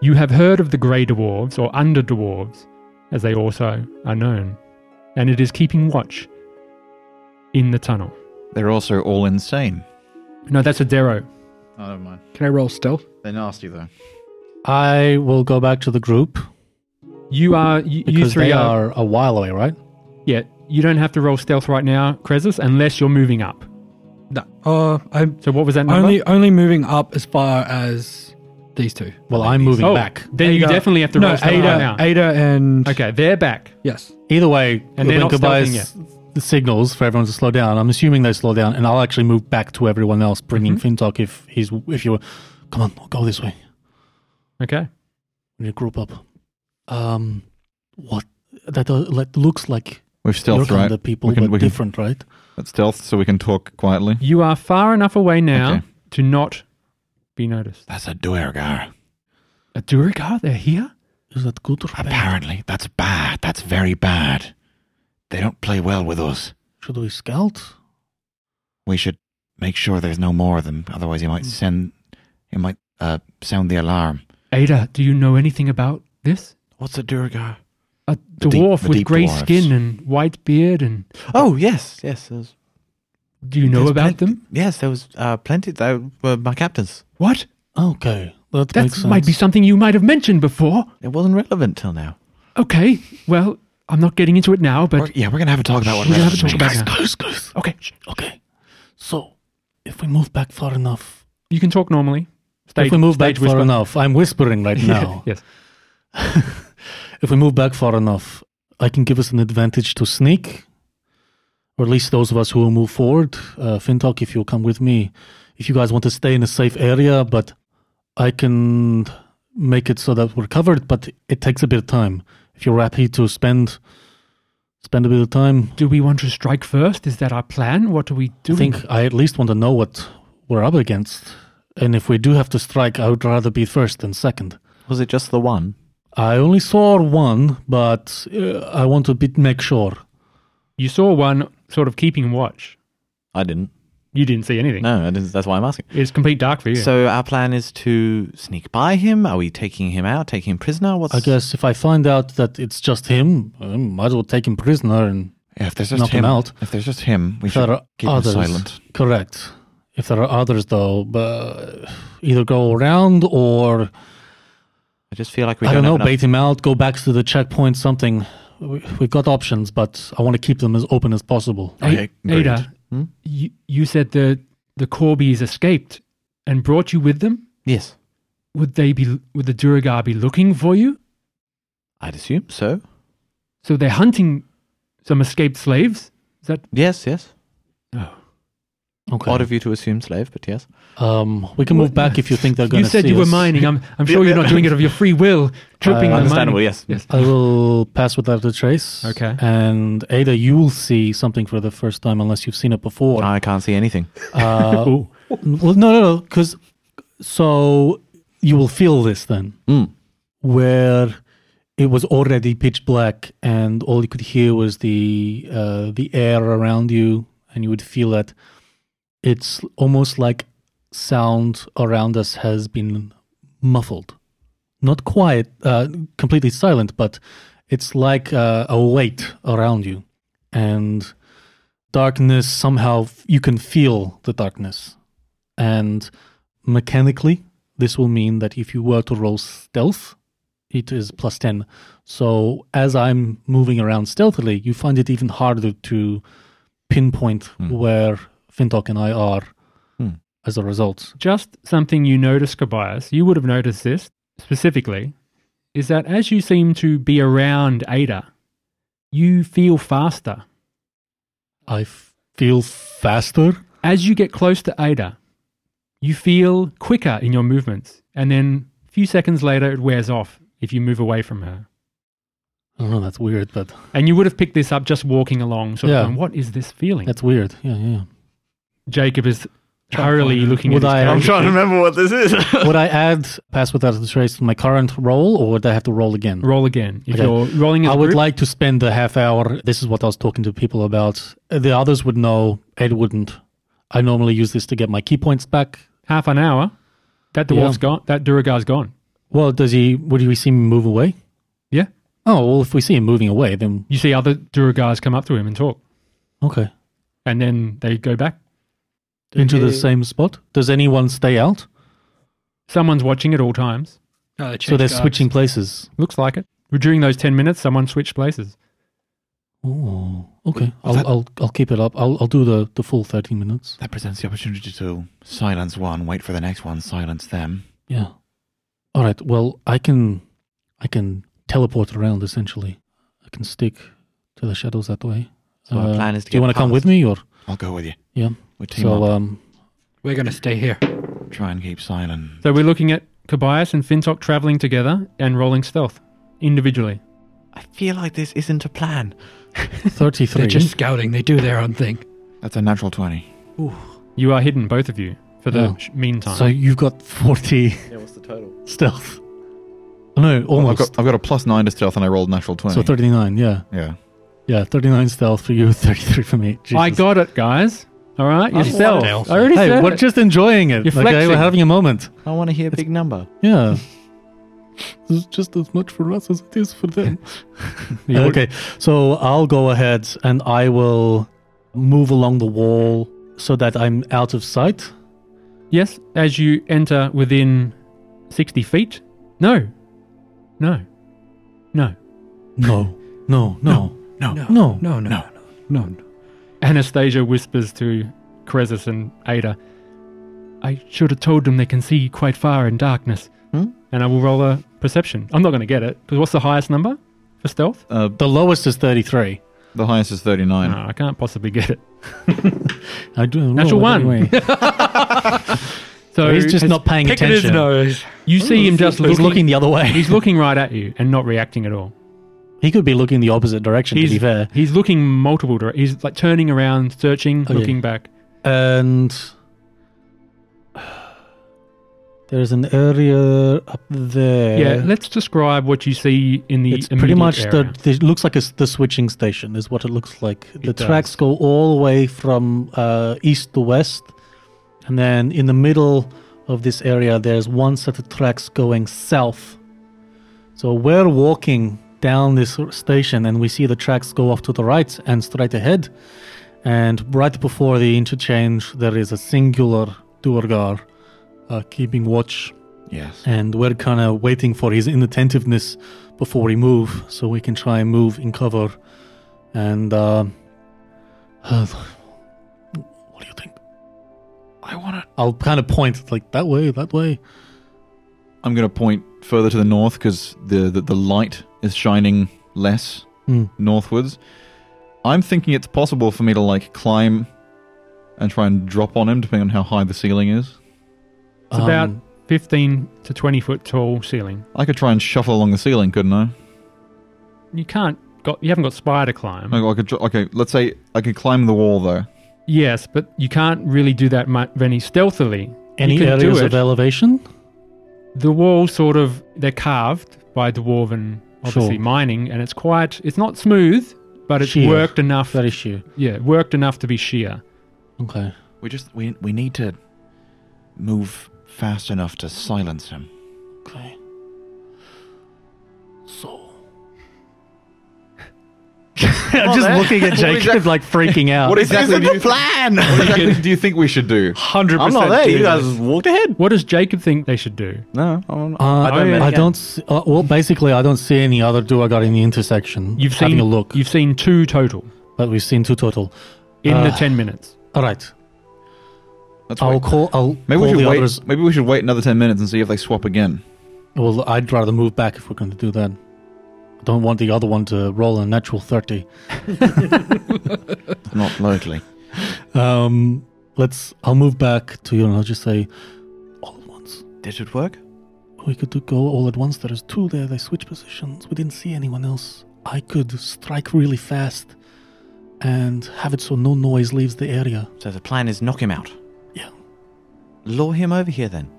You have heard of the Grey Dwarves, or Under Dwarves, as they also are known, and it is keeping watch in the tunnel.
They're also all insane.
No, that's a Darrow.
Oh, never mind.
Can I roll stealth?
They're nasty though.
I will go back to the group
You are, you, you
because
three
they
are,
are a while away, right?
Yeah, you don't have to roll stealth right now, Krezus, unless you're moving up.
No. Uh, I'm
So what was that number?
only only moving up as far as these two.
Well, I'm moving
oh,
back.
Then you
Ada-
definitely have to roll
No,
stealth right
Ada,
now.
Ada, and
Okay, they're back.
yes.
Either way,
And they're not
Winkleby's
stealthing yet.
the signals for everyone to slow down. I'm assuming they slow down, and I'll actually move back to everyone else, bringing
Mm-hmm.
Fintok if he's if you come on, go this way.
Okay.
We need to group up. Um, what that uh, that looks like
We've
your
stealth,
kind
right?
of people,
we can,
but
we can,
different, right?
that's stealth, so we can talk quietly.
You are far enough away now
Okay.
to not be noticed.
That's a Duergar.
A Duragar, they're here?
Is that good or bad?
Apparently, that's bad. That's very bad. They don't play well with us.
Should we scout?
We should make sure there's no more of them. Otherwise, he
Hmm.
might send. He might uh, sound the alarm.
Ada, do you know anything about this?
What's a Durgar?
A
The deep-
dwarf
the
with
deep
grey
dwarves.
skin and white beard and
Oh, yes, yes. There's,
do you know
there's
about
plen-
them?
Yes, there was uh, plenty. They were my captains.
What?
Okay, that
That
makes sense.
might be something you might have mentioned before.
It wasn't relevant till now.
Okay. Well, I'm not getting into it now, but
We're- yeah, we're gonna have a talk about what.
We're gonna have a
Revenant
talk about
means.
that.
Guys, guys.
okay.
Okay, so if we move back far enough,
You can talk normally. Stage,
if we move back
stage
far
whisper.
enough, I'm whispering right now.
yes.
If we move back far enough, I can give us an advantage to sneak, or at least those of us who will move forward. Uh, Fintok, if you'll come with me, if you guys want to stay in a safe area, but I can make it so that we're covered, but it takes a bit of time. If you're happy to spend spend a bit of time,
Do we want to strike first? Is that our plan? What do we do?
I think I at least want to know what we're up against. And if we do have to strike, I would rather be first than second.
Was it just the one?
I only saw one, but uh, I want to bit make sure.
you saw one sort of keeping watch.
I didn't.
You didn't see anything.
No, I didn't, that's why I'm asking.
It's complete dark for you.
So our plan is to sneak by him. Are we taking him out, taking him prisoner? What's
I guess if I find out that it's just him, I might as well take him prisoner and
Yeah, if there's just
Knock him
him,
out.
if there's just him, we
if there
should
are
keep
others.
him silent.
Correct. If there are others, though, but uh, either go around or
I just feel like we
I
don't,
don't know,
have enough-
bait him out, go back to the checkpoint, something. We, we've got options, but I want to keep them as open as possible.
A-
Okay, agreed.
Ada,
Hmm?
you, you said the the Corbies escaped and brought you with them.
Yes,
Would they be? Would the Duragar be looking for you?
I'd assume so.
So they're hunting some escaped slaves. Is that?
Yes, yes.
Oh.
Okay.
Odd of you to assume slave, but yes.
Um, we can move back if you think they're going
You
to.
said you were mining. I'm, I'm sure you're not doing it of your free will. Tripping the
Understandable,
mining.
yes.
Yes.
I will pass without a trace.
Okay.
And Ada, you'll see something for the first time, unless you've seen it before.
I can't see anything.
Uh, well, no, no, no. Because so you will feel this then,
Mm.
where it was already pitch black, and all you could hear was the uh, the air around you, and you would feel that it's almost like sound around us has been muffled, not quiet, uh, completely silent, but it's like uh, a weight around you, and darkness somehow f- you can feel the darkness and mechanically this will mean that if you were to roll stealth it is plus 10 so as i'm moving around stealthily you find it even harder to pinpoint where fintok and i are
Hmm.
as a result
Just something you noticed, Kobayas. You would have noticed this specifically. Is that as you seem to be around Ada, you feel faster.
i f- feel faster
As you get close to Ada, you feel quicker in your movements, and then a few seconds later, it wears off if you move away from her.
i don't know that's weird but
And you would have picked this up just walking along, sort
Yeah.
of going, What is this feeling?
that's weird yeah yeah yeah.
Jacob is hurriedly looking
Would
at his
I-
character
I'm trying to
sheet.
remember what this is.
would I add pass without a trace to my current roll, or would I have to roll again?
Roll again. If
Okay.
you're rolling as
I
a
would
group,
like to spend the half hour. This is what I was talking to people about. The others would know. Ed wouldn't. I normally use this to get my key points back.
half an hour, that
Yeah.
dwarf's gone. That Duragar's gone.
Well, does he? Would we see him move away?
Yeah.
Oh well, if we see him moving away, then
You see other Duragars come up to him and talk,
okay.
and then they go back.
Into the
Okay.
same spot. Does anyone stay out?
Someone's watching at all times.
No, Uh, they
so
changed
they're
guards.
switching places.
Looks like it. During those ten minutes, someone switched places.
Oh, okay. I'll, I'll I'll keep it up. I'll I'll do the the full thirteen minutes.
That presents the opportunity to silence one, wait for the next one, silence them.
Yeah. All right. Well, I can I can teleport around essentially. I can stick to the shadows that way. Uh,
So
Uh,
our plan is to
do you
get
want to come
past.
with me or
I'll go with you.
yeah?
We team
So
up.
um,
We're going to stay here.
Try and keep silent.
So we're looking at Kobayas and Fintok traveling together and rolling stealth individually.
I feel like this isn't a plan.
They're
thirty-three.
just scouting. They do their own thing.
That's a natural twenty.
You are hidden, both of you, for the
Oh.
sh- meantime.
so you've got forty
Yeah, what's the total?
stealth. Oh, No,
I've
almost.
got I've got a plus nine to stealth, and I rolled a natural twenty.
so thirty-nine. Yeah,
yeah.
yeah, thirty-nine stealth for you, thirty-three for me.
I
Jesus. Oh,
got it, guys. All right,
I
yourself.
want it.
I already
Hey,
said
we're
it.
just enjoying it.
You're
okay,
flexing.
we're having a moment.
I want to hear a big number.
Yeah. This is just as much for us as it is for them.
You would-
okay, so I'll go ahead and I will move along the wall so that I'm out of sight.
Yes, as you enter within 60 feet. No. No. No.
No, no, no,
No.
No.
no.
No, no, no, no, no.
Anastasia whispers to Krezus and Ada, I should have told them they can see quite far in darkness.
Hmm?
And I will roll a perception. I'm not going to get it, because what's the highest number for stealth?
Uh,
The lowest is 33.
the highest is thirty nine.
No, I can't possibly get it.
I do
Natural
roll
one.
anyway.
So
He's just
as-
not paying
Picking his
attention. Oh,
nose.
You see him just
He's
looking,
looking the other way.
He's looking right at you and not reacting at all.
He could be looking the opposite direction, to
He's
be fair.
He's looking multiple directions. He's like turning around, searching,
Okay.
looking back.
And there's an area up there.
Yeah, let's describe what you see in the.
it's pretty much
immediate
the it looks like a s the switching station is what it looks like the
It does.
tracks go all the way from uh, east to west and then in the middle of this area there's one set of tracks going south so we're walking down this r- station and we see the tracks go off to the right and straight ahead and right before the interchange there is a singular duergar uh, keeping watch
Yes.
and we're kind of waiting for his inattentiveness before we move, so we can try and move in cover. And uh, what do you think?
I want to.
I'll kind of point like that way, that way.
I'm going to point further to the north because the, the the light is shining less
Hmm.
northwards. I'm thinking it's possible for me to like climb and try and drop on him, depending on how high the ceiling is.
It's about-
Um,
15 to 20 foot tall ceiling.
I could try and shuffle along the ceiling, couldn't I?
You can't. Got, you haven't got spider climb.
I I could. dr- Okay, let's say I could climb the wall though.
Yes, but you can't really do that much, Venny, stealthily.
any
you can do
areas
it.
of elevation.
The walls sort of they're carved by dwarven, obviously
Sure.
mining, and it's quite. It's not smooth, but it's
Sheer.
worked enough.
That issue.
yeah, worked enough to be sheer.
Okay.
We just we we need to move fast enough to silence him.
Okay. So. I'm just looking at Jacob, like freaking out.
What exactly do you
plan?
what exactly do you think we should do?
100%.
I'm not there. You
dude.
guys walked ahead.
What does Jacob think they should do?
No, I'm,
Uh, I
don't
don't.
really
I
get-
don't see, uh, well, basically, I don't see any other do I got in the intersection.
You've seen
having a look,
You've seen two total
but we've seen two total.
in the
Uh,
ten minutes.
All right,
let's
I'll
wait.
call. I'll
Maybe we
call
should
the
wait.
others.
Maybe we should wait another ten minutes and see if they swap again.
Well, I'd rather move back if we're going to do that. I don't want the other one to roll a natural thirty.
Not locally.
Um, let's. I'll move back to you, and I'll just say, all at once.
This should work.
We could do- go all at once. There is two there. They switch positions. We didn't see anyone else. I could strike really fast, and have it so no noise leaves the area.
So the plan is knock him out.
Yeah.
Lure him over here then.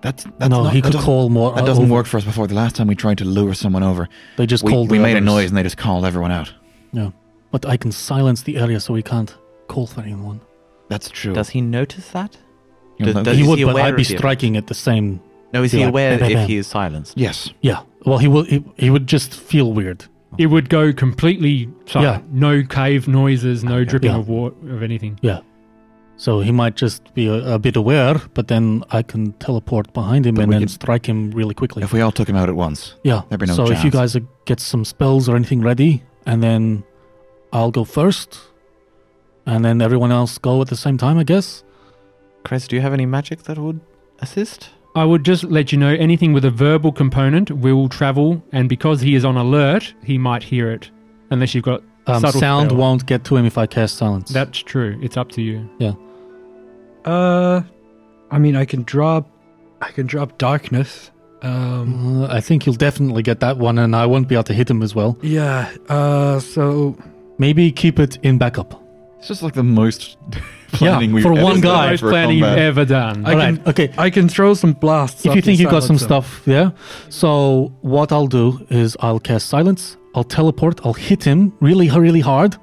That's, that's
no,
not-
he
that
could
doesn't-
call more. uh,
That doesn't
over.
work for us before. The last time we tried to lure someone over,
They just
we,
called.
we
the
made a
others.
noise and they just called everyone out.
But I can silence the area so he can't call for anyone.
That's true.
Does he notice that?
You know,
does-
that-
does-
he
is
would,
he
but
aware
I'd be
of you?
striking at the same.
No, is
Yeah,
he
like,
aware
bam, bam,
if
bam.
he is silenced?
yes.
Yeah. Well, he will. He, he would just feel weird.
It would go completely silent.
Yeah.
No cave noises, no
Okay.
dripping
Yeah.
of water, of anything.
So he might just be a, a bit aware, but then I can teleport behind him
But
and
we
then
could-
strike him really quickly.
If we all took him out at once,
yeah.
there'd be no
so if you
chance.
guys uh, get some spells or anything ready, and then I'll go first, and then everyone else go at the same time, I guess.
Chris, do you have any magic that would assist?
I would just let you know anything with a verbal component will travel, and because he is on alert, he might hear it. Unless you've got
Um,
Subtle
sound
spell.
won't get to him if I cast silence.
that's true. It's up to you.
Uh, I mean, I can drop, I can drop darkness. Um,
Uh, I think you'll definitely get that one, and I won't be able to hit him as well.
yeah. Uh, so
Maybe keep it in backup.
It's just like the most planning we've
for
ever
one
done
guy,
Most
for a
planning you've
combat.
ever done.
I
All right.
can-
Okay.
I can throw some blasts.
If
up
you
to
think you've got some
silence them.
stuff, yeah. So what I'll do is I'll cast silence. I'll teleport. I'll hit him really, really hard,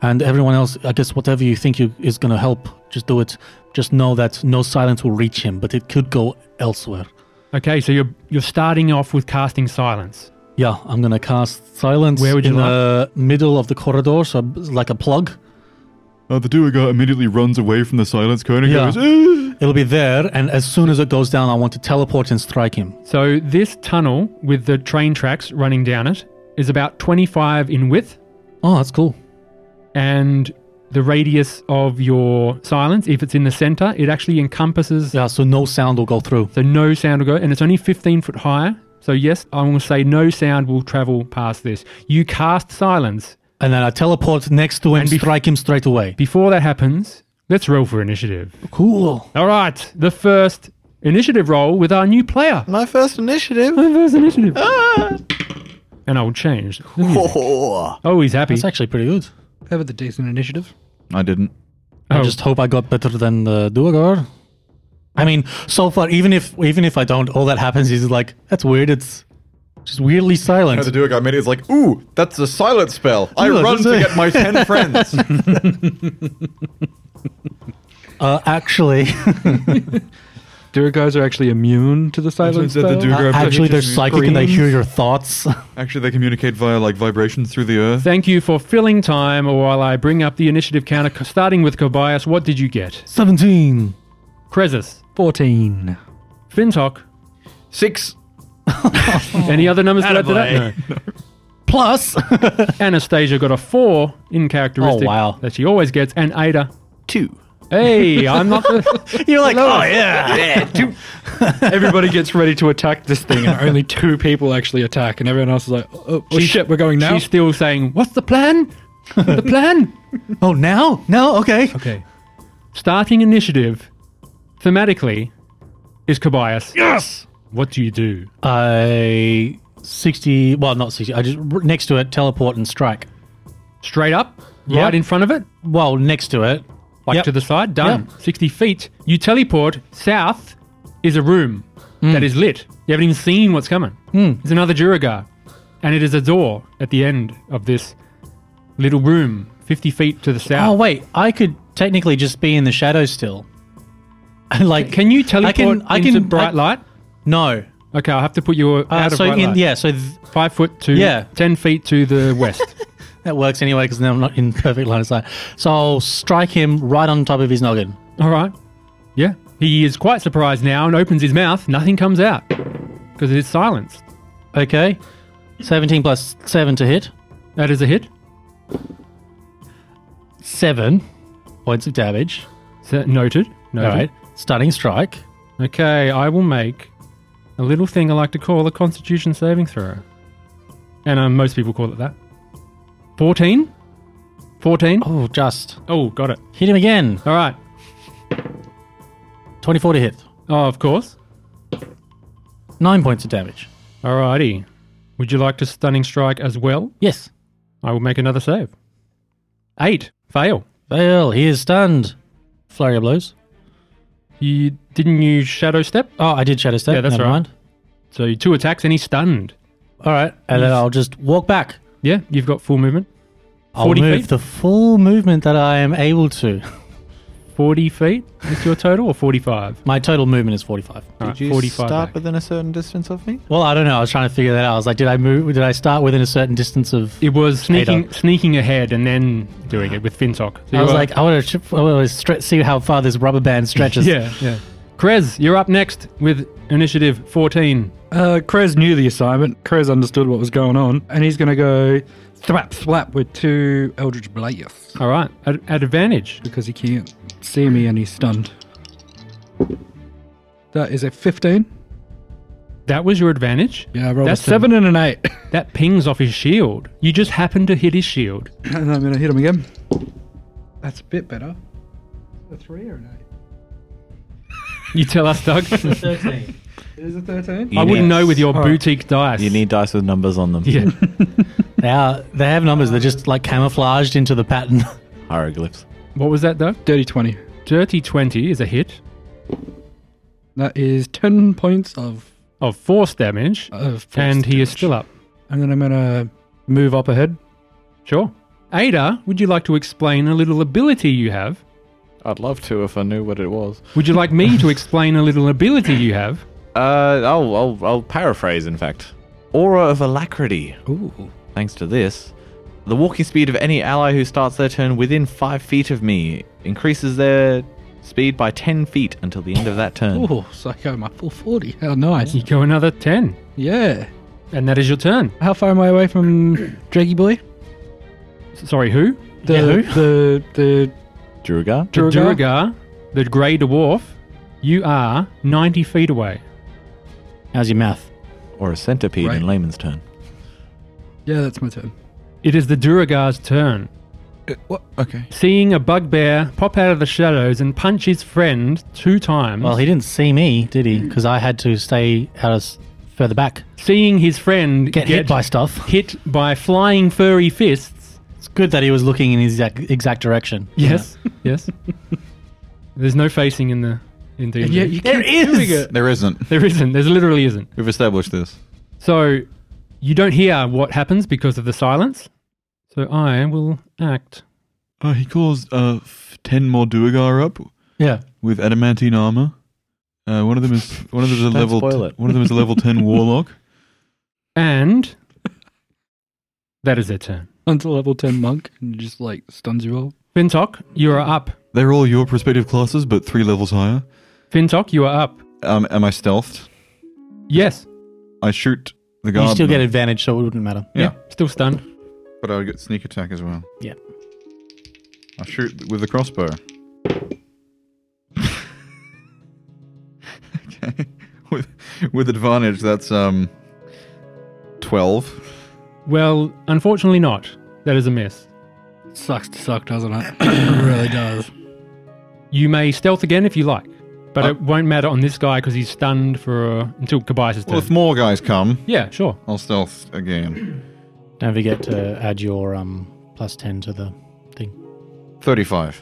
and everyone else. I guess whatever you think you, is gonna help, just do it. Just know that no silence will reach him, but it could go elsewhere.
okay, so you're you're starting off with casting silence.
Yeah, I'm gonna cast silence.
Where would you
in the middle of the corridor, so b- like a plug.
Uh, the Dewey guy immediately runs away from the silence cone and
Yeah.
goes, "Eh."
It'll be there, and as soon as it goes down, I want to teleport and strike him.
So this tunnel with the train tracks running down it is about 25 in width,
Oh, that's cool.
and the radius of your silence, if it's in the center, it actually encompasses
Yeah, so no sound will go through.
So no sound will go, and it's only 15 foot high. So yes, I'm going to say no sound will travel past this. You cast silence.
And then I teleport next to him,
And bef-
strike him straight away.
Before that happens, let's roll for initiative.
Cool.
All right, the first initiative roll with our new player.
My first initiative.
My first initiative. And I will change. the music.
Oh.
Oh, he's happy.
That's actually pretty good.
Ever the decent initiative.
I didn't.
Oh,
I just hope I got better than the Duergar. I mean, so far, even if even if I don't, all that happens is like that's weird. It's just weirdly silent.
the Dewey guy made it. It's like, ooh, that's a silent spell. I
Yeah,
run
that's
to
it.
get my ten friends.
Uh, actually,
Dura guys are actually immune to the silence.
said the
spell?
Dura- Duergar
Uh, actually, they're
just
psychic and they hear
screams.
your thoughts.
Actually, they communicate via like vibrations through the earth.
thank you for filling time while I bring up the initiative counter. Starting with Kobayas, what did you get?
Seventeen.
Krezus,
14.
Fintok,
Six.
Oh.
any other numbers to add to that? No.
Plus,
Anastasia got a four in characteristic
Oh, wow.
that she always gets, and Ada.
Two.
Hey, I'm not the.
you're like, oh yeah,
Everybody gets ready to attack this thing, and only two people actually attack, and everyone else is like, oh, oh shit, we're going now.
She's still saying, "What's the plan? the plan?"
Oh now, no, okay.
Okay.
Starting initiative, thematically, is Kobayas.
Yes.
What do you do?
I sixty. Well, not sixty. I just r- next to it, teleport and strike.
Straight up,
Yep.
right in front of it,
Well, next to it,
like
Yep.
to the side. Done. Sixty feet. You teleport south. Is a room
Hmm.
that is lit. You haven't even seen what's coming.
Hmm.
It's another Juragar, and it is a door at the end of this little room, fifty feet to the south.
Oh wait, I could technically just be in the shadow still. like,
Can you teleport
I can- I
into
can-
bright
I-
light?
no?
Okay, I'll have to put you out
Uh,
of
so
bright
in,
light.
yeah, so th-
Five foot to
Yeah.
ten feet to the west.
that works anyway because now I'm not in perfect line of sight. So I'll strike him right on top of his noggin.
All right. Yeah. He is quite surprised now and opens his mouth. Nothing comes out because it is silenced.
Okay, seventeen plus seven to hit,
That is a hit.
seven points of damage.
So, noted.
All
Noted.
right, stunning strike.
Okay, I will make a little thing I like to call a constitution saving throw. And um, most people call it that. 14? 14?
Oh, just
Oh, got it.
hit him again.
All right.
Twenty-four to hit,
Oh, of course.
nine points of damage.
Alrighty. Would you like to stunning strike as well?
Yes,
I will make another save. Eight. Fail.
fail. He is stunned. Flurry of blows.
You didn't you shadow step?
Oh, I did shadow step.
Yeah, that's
Never
all right.
mind.
So you two attacks and he's stunned.
All right, and then
Yes.
I'll just walk back.
Yeah, you've got full movement.
I'll
40
move
feet?
the full movement that I am able to.
Forty feet is your total, or forty-five?
My total movement is 45.
All right,
Did you
forty-five.
start
back.
within a certain distance of me?
Well, I don't know. I was trying to figure that out. I was like, did I move? Did I start within a certain distance of?
It was
Straight
sneaking sneaking ahead and then doing it with Fintok. So
I was
you're-
like, I want to I wanna stre- see how far this rubber band stretches.
yeah, yeah. Krez, you're up next with initiative 14.
Uh, Krez knew the assignment. Krez understood what was going on, and he's going to go thwap thwap with two Eldritch Blasts
All right, at, at advantage.
because he can't see me and he's stunned. That is a 15.
That was your advantage.
Yeah, I rolled
That's
a 7 and an 8.
That pings off his shield. You just happen to hit his shield.
and I'm going to hit him again. That's a bit better. A 3 or an
You tell us, Doug.
13.
8? It is a 13.
You
I wouldn't
need-
know with your
All right.
boutique dice.
You need dice with numbers on them.
Yeah.
they are. They have numbers. They're just like camouflaged into the pattern.
Hieroglyphs.
What was that, Doug?
Dirty 20.
Dirty 20 is a hit
That is 10 points of.
of force damage,
of Uh, force
and he is
damage.
still up.
And then I'm going to move up ahead.
Sure. Ada, would you like to explain a little ability you have?
I'd love to if I knew what it was.
Would you like me to explain a little ability you have?
Uh, I'll, I'll, I'll paraphrase, in fact. Aura of Alacrity.
Ooh.
Thanks to this, the walking speed of any ally who starts their turn within 5 feet of me increases their speed by 10 feet until the end of that turn.
Ooh, so I go my full 40. How nice.
You go another 10,
Yeah.
and that is your turn.
How far am I away from Draggy Boy?
S- Sorry, who?
The, the, the,
Druga?
The
Durgar?
Durgar, the Grey Dwarf. You are 90 feet away.
How's your math?
Or a centipede
Right.
in layman's turn.
Yeah, that's my turn.
It is the Duragar's turn.
Uh,
What? Okay.
Seeing a bugbear pop out of the shadows and punch his friend two times,
Well, he didn't see me, did he? Because I had to stay out of s- further back.
seeing his friend
Get, hit by stuff.
hit by flying furry fists.
It's good that he was looking in his exact, exact direction.
Yes, yes. There's no facing in the in D&D.
And yet you
There
keep doing
is!
it.
There isn't.
there isn't. There's literally isn't.
We've established this.
So you don't hear what happens because of the silence. So I will act.
Uh, he calls uh, f- ten more Duergar up
Yeah.
with adamantine armor. Uh, one of them is one of them is a
Don't
level.
spoil it.
One of them is a level ten warlock.
And that is their turn.
Until level 10 monk and it just like stuns you all.
Fintok, you are up.
They're all your prospective classes, but three levels higher.
Fintok, you are up.
Um, am I stealthed?
Yes.
I shoot the guard.
You still get advantage, so it wouldn't matter.
Yeah.
Still stunned.
but I would get sneak attack as well.
Yeah.
I shoot with the crossbow. okay, with with advantage. That's um twelve.
Well, unfortunately not. That is a miss.
Sucks to suck, doesn't it? it really does.
You may stealth again if you like, but
Uh,
it won't matter on this guy because he's stunned for uh, until Kobayas's turn.
Well, if Oh. more guys come,
yeah, sure.
I'll stealth again.
Don't forget to add your um, plus 10 to the thing.
Thirty-five.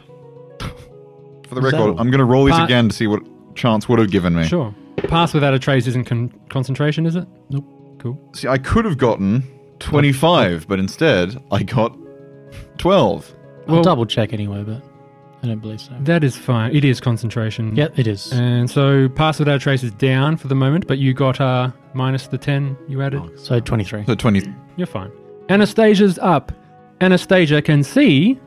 For the
Is that
record,
all?
I'm going to roll these
Pa-
again to see what chance would have given me.
Sure. Pass without a trace isn't con- concentration, is it?
Nope.
Cool.
See, I could have gotten twenty-five, but instead I got twelve.
I'll
Well-
double check anyway, but I don't believe so.
That is fine. It is concentration.
Yeah, it is.
And so pass without a trace is down for the moment, but you got uh, minus the 10 you added.
So 23.
So twenty.
You're fine. Anastasia's up. Anastasia can see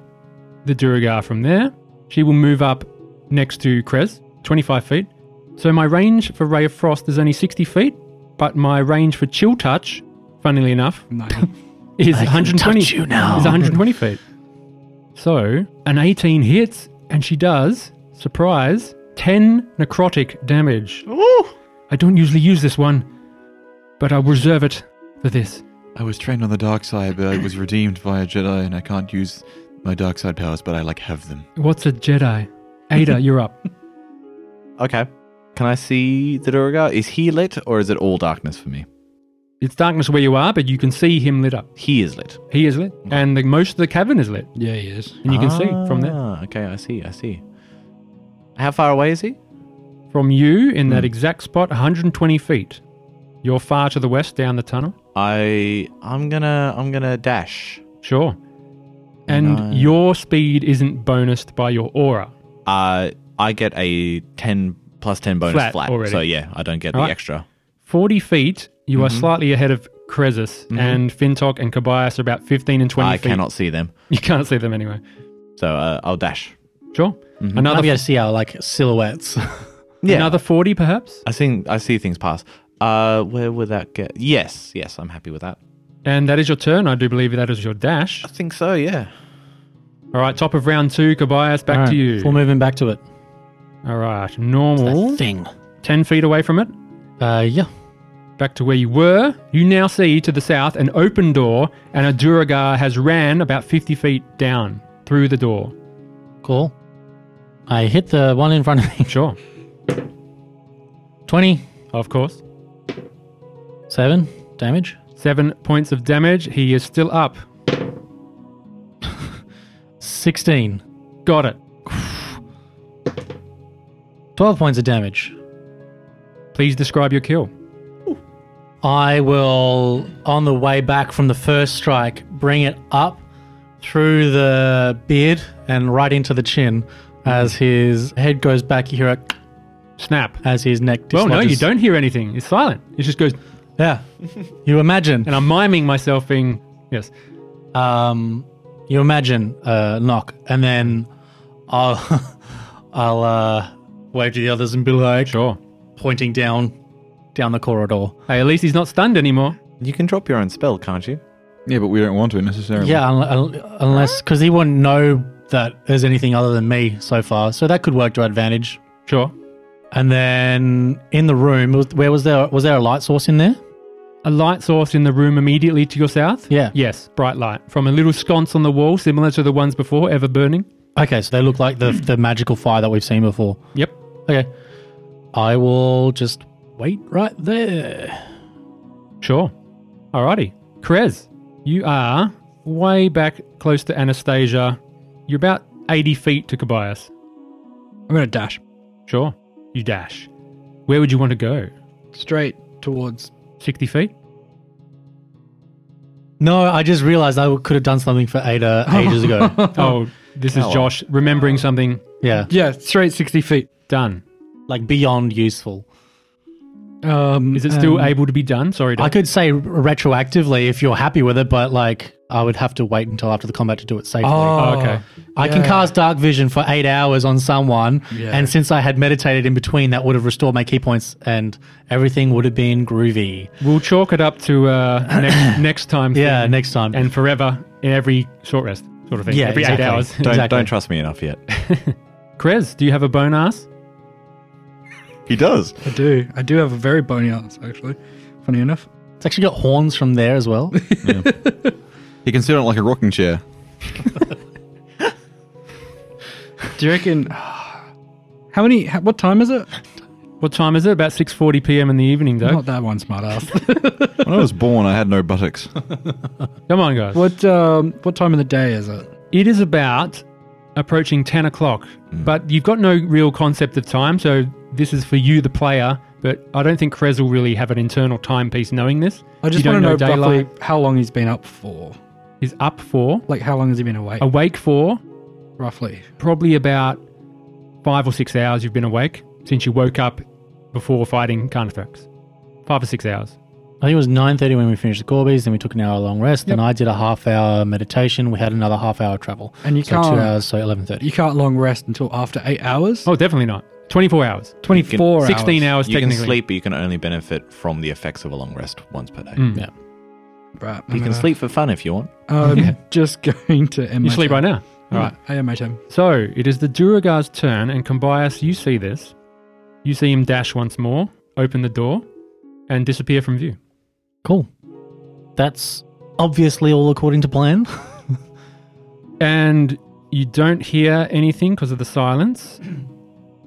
the Duragar from there. She will move up next to Krez, 25 feet. So my range for Ray of Frost is only 60 feet, but my range for Chill Touch, funnily enough,
Nine.
is
I can
120.
touch you now.
Is 120 feet. So an 18 hits, and she does surprise 10 necrotic damage. Ooh! I don't usually use this one, but I'll reserve it for this.
I was trained on the dark side, but I was redeemed by a Jedi, and I can't use my dark side powers, but I like have them.
What's a Jedi? Ada, you're up.
Okay. Can I see the Druga? Is he lit or is it all darkness for me?
It's darkness where you are, but you can see him lit up.
He is lit.
He is lit, and the, most of the cavern is lit,
Yeah, he is.
Ah.
and you can see from there.
Ah, Okay, I see, I see. How far away is he?
from you in
Hmm.
that exact spot, 120 feet. You're far to the west down the tunnel.
I I'm gonna I'm gonna dash.
Sure. And
No.
your speed isn't bonused by your aura.
Uh, I get a ten plus ten bonus
Flat
flat.
already.
So yeah, I don't get the
Alright.
extra.
40 feet, you
Mm-hmm.
are slightly ahead of Krezus, and Fintok and Kobayas are about 15 and 20
I
feet.
cannot see them,
You can't see them anyway.
so uh, I'll dash.
Sure.
I'll
Another,
be able to see our like silhouettes.
Mm-hmm. Oh, Yeah,
another 40 perhaps?
I see I see things pass. Uh, where would that get? Yes, yes, I'm happy with that.
And that is your turn. I do believe that is your dash.
I think so. Yeah.
All right, top of round two, Kobayas, back to you.
We're moving back to it.
All right, normal.
That thing.
10 feet away from it.
Uh, yeah.
Back to where you were. You now see to the south an open door, and a Duragar has ran about 50 feet down through the door.
Cool. I hit the one in front of me.
Sure,
20,
of course.
7 damage.
Seven points of damage. He is still up.
16.
Got it.
12 points of damage.
Please describe your kill.
I will, on the way back from the first strike, bring it up through the beard and right into the chin as
Mm-hmm.
his head goes back. You hear it
Snap.
as his neck
Well,
dislodges.
no, you don't hear anything. It's silent. It just goes,
Yeah. You imagine.
and I'm miming myself being. Yes.
um, you imagine a knock, and then I'll I'll uh, wave to the others and be like
Sure.
pointing down down the corridor.
Hey, at least he's not stunned anymore.
You can drop your own spell, can't you?
Yeah, but we don't want to necessarily.
Yeah, un- un- unless because he wouldn't know that there's anything other than me so far, so that could work to our advantage.
Sure.
And then in the room, was- where was there was there a light source in there?
A light source in the room immediately to your south?
Yeah.
Yes, bright light. From a little sconce on the wall, similar to the ones before, ever burning.
Okay, so they look like
Hmm.
the the magical fire that we've seen before.
Yep.
Okay, I will just wait right there.
Sure. Alrighty. Krez, you are way back close to Anastasia. You're about 80 feet to Kobayas.
I'm gonna dash
Sure. You dash. Where would you want to go?
straight towards.
60 feet?
No, I just realized I could have done something for Ada ages ago.
Oh, this is
Oh, well.
Josh remembering something.
yeah,
Yeah, straight sixty feet.
Done.
like beyond useful.
Um,
Is it still
and-
able to be done? Sorry,
I
Doc.
could say retroactively if you're happy with it, but like I would have to wait until after the combat to do it safely.
Oh,
okay.
I can
yeah.
cast dark vision for eight hours on someone,
Yeah.
and since I had meditated in between, that would have restored my key points, and everything would have been groovy.
We'll chalk it up to uh, next, next time.
Yeah,
thing.
next time.
and forever in every short rest sort of thing.
Yeah,
every
exactly.
eight hours.
Don't
Exactly.
don't trust me enough yet.
Krez, do you have a bone ass?
he does.
I do. I do have a very bony ass, actually. Funny enough.
it's actually got horns from there as well.
He can sit on it like a rocking chair.
Do you reckon? How many? How, what time is it?
What time is it? About six forty p.m. in the evening, though.
Not that one, smart ass.
When I was born, I had no buttocks.
Come on, guys.
what um, What time of the day is it?
It is about approaching ten o'clock, but you've got no real concept of time, so this is for you, the player. But I don't think Krez will really have an internal timepiece knowing this.
I
You
just
don't
want to know,
daylight.
roughly how long he's been up for.
He's up for
Like how long has he been awake?
awake for
Roughly.
probably about five or six hours you've been awake since you woke up before fighting Carnifex. Five or six hours.
I think it was nine thirty when we finished the Corbies, then we took an hour long rest, and I did a half hour meditation. We had another half hour travel,
And you
so
can't-
two hours, so eleven thirty.
You can't long rest until after eight hours.
Oh, definitely not. 24 hours.
24 hours.
16 hours,
You can
technically.
sleep, but you can only benefit from the effects of a long rest once per day.
Mm.
Yeah.
Right,
You
I'm
can
gonna-
sleep for fun if you want.
I'm Um, just going to end
You
my
sleep
turn.
right now.
All
All
right,
right.
I am my turn.
So it is the Duragar's turn, and Combias, you see this. You see him dash once more, open the door, and disappear from view.
Cool. That's obviously all according to plan.
And you don't hear anything because of the silence.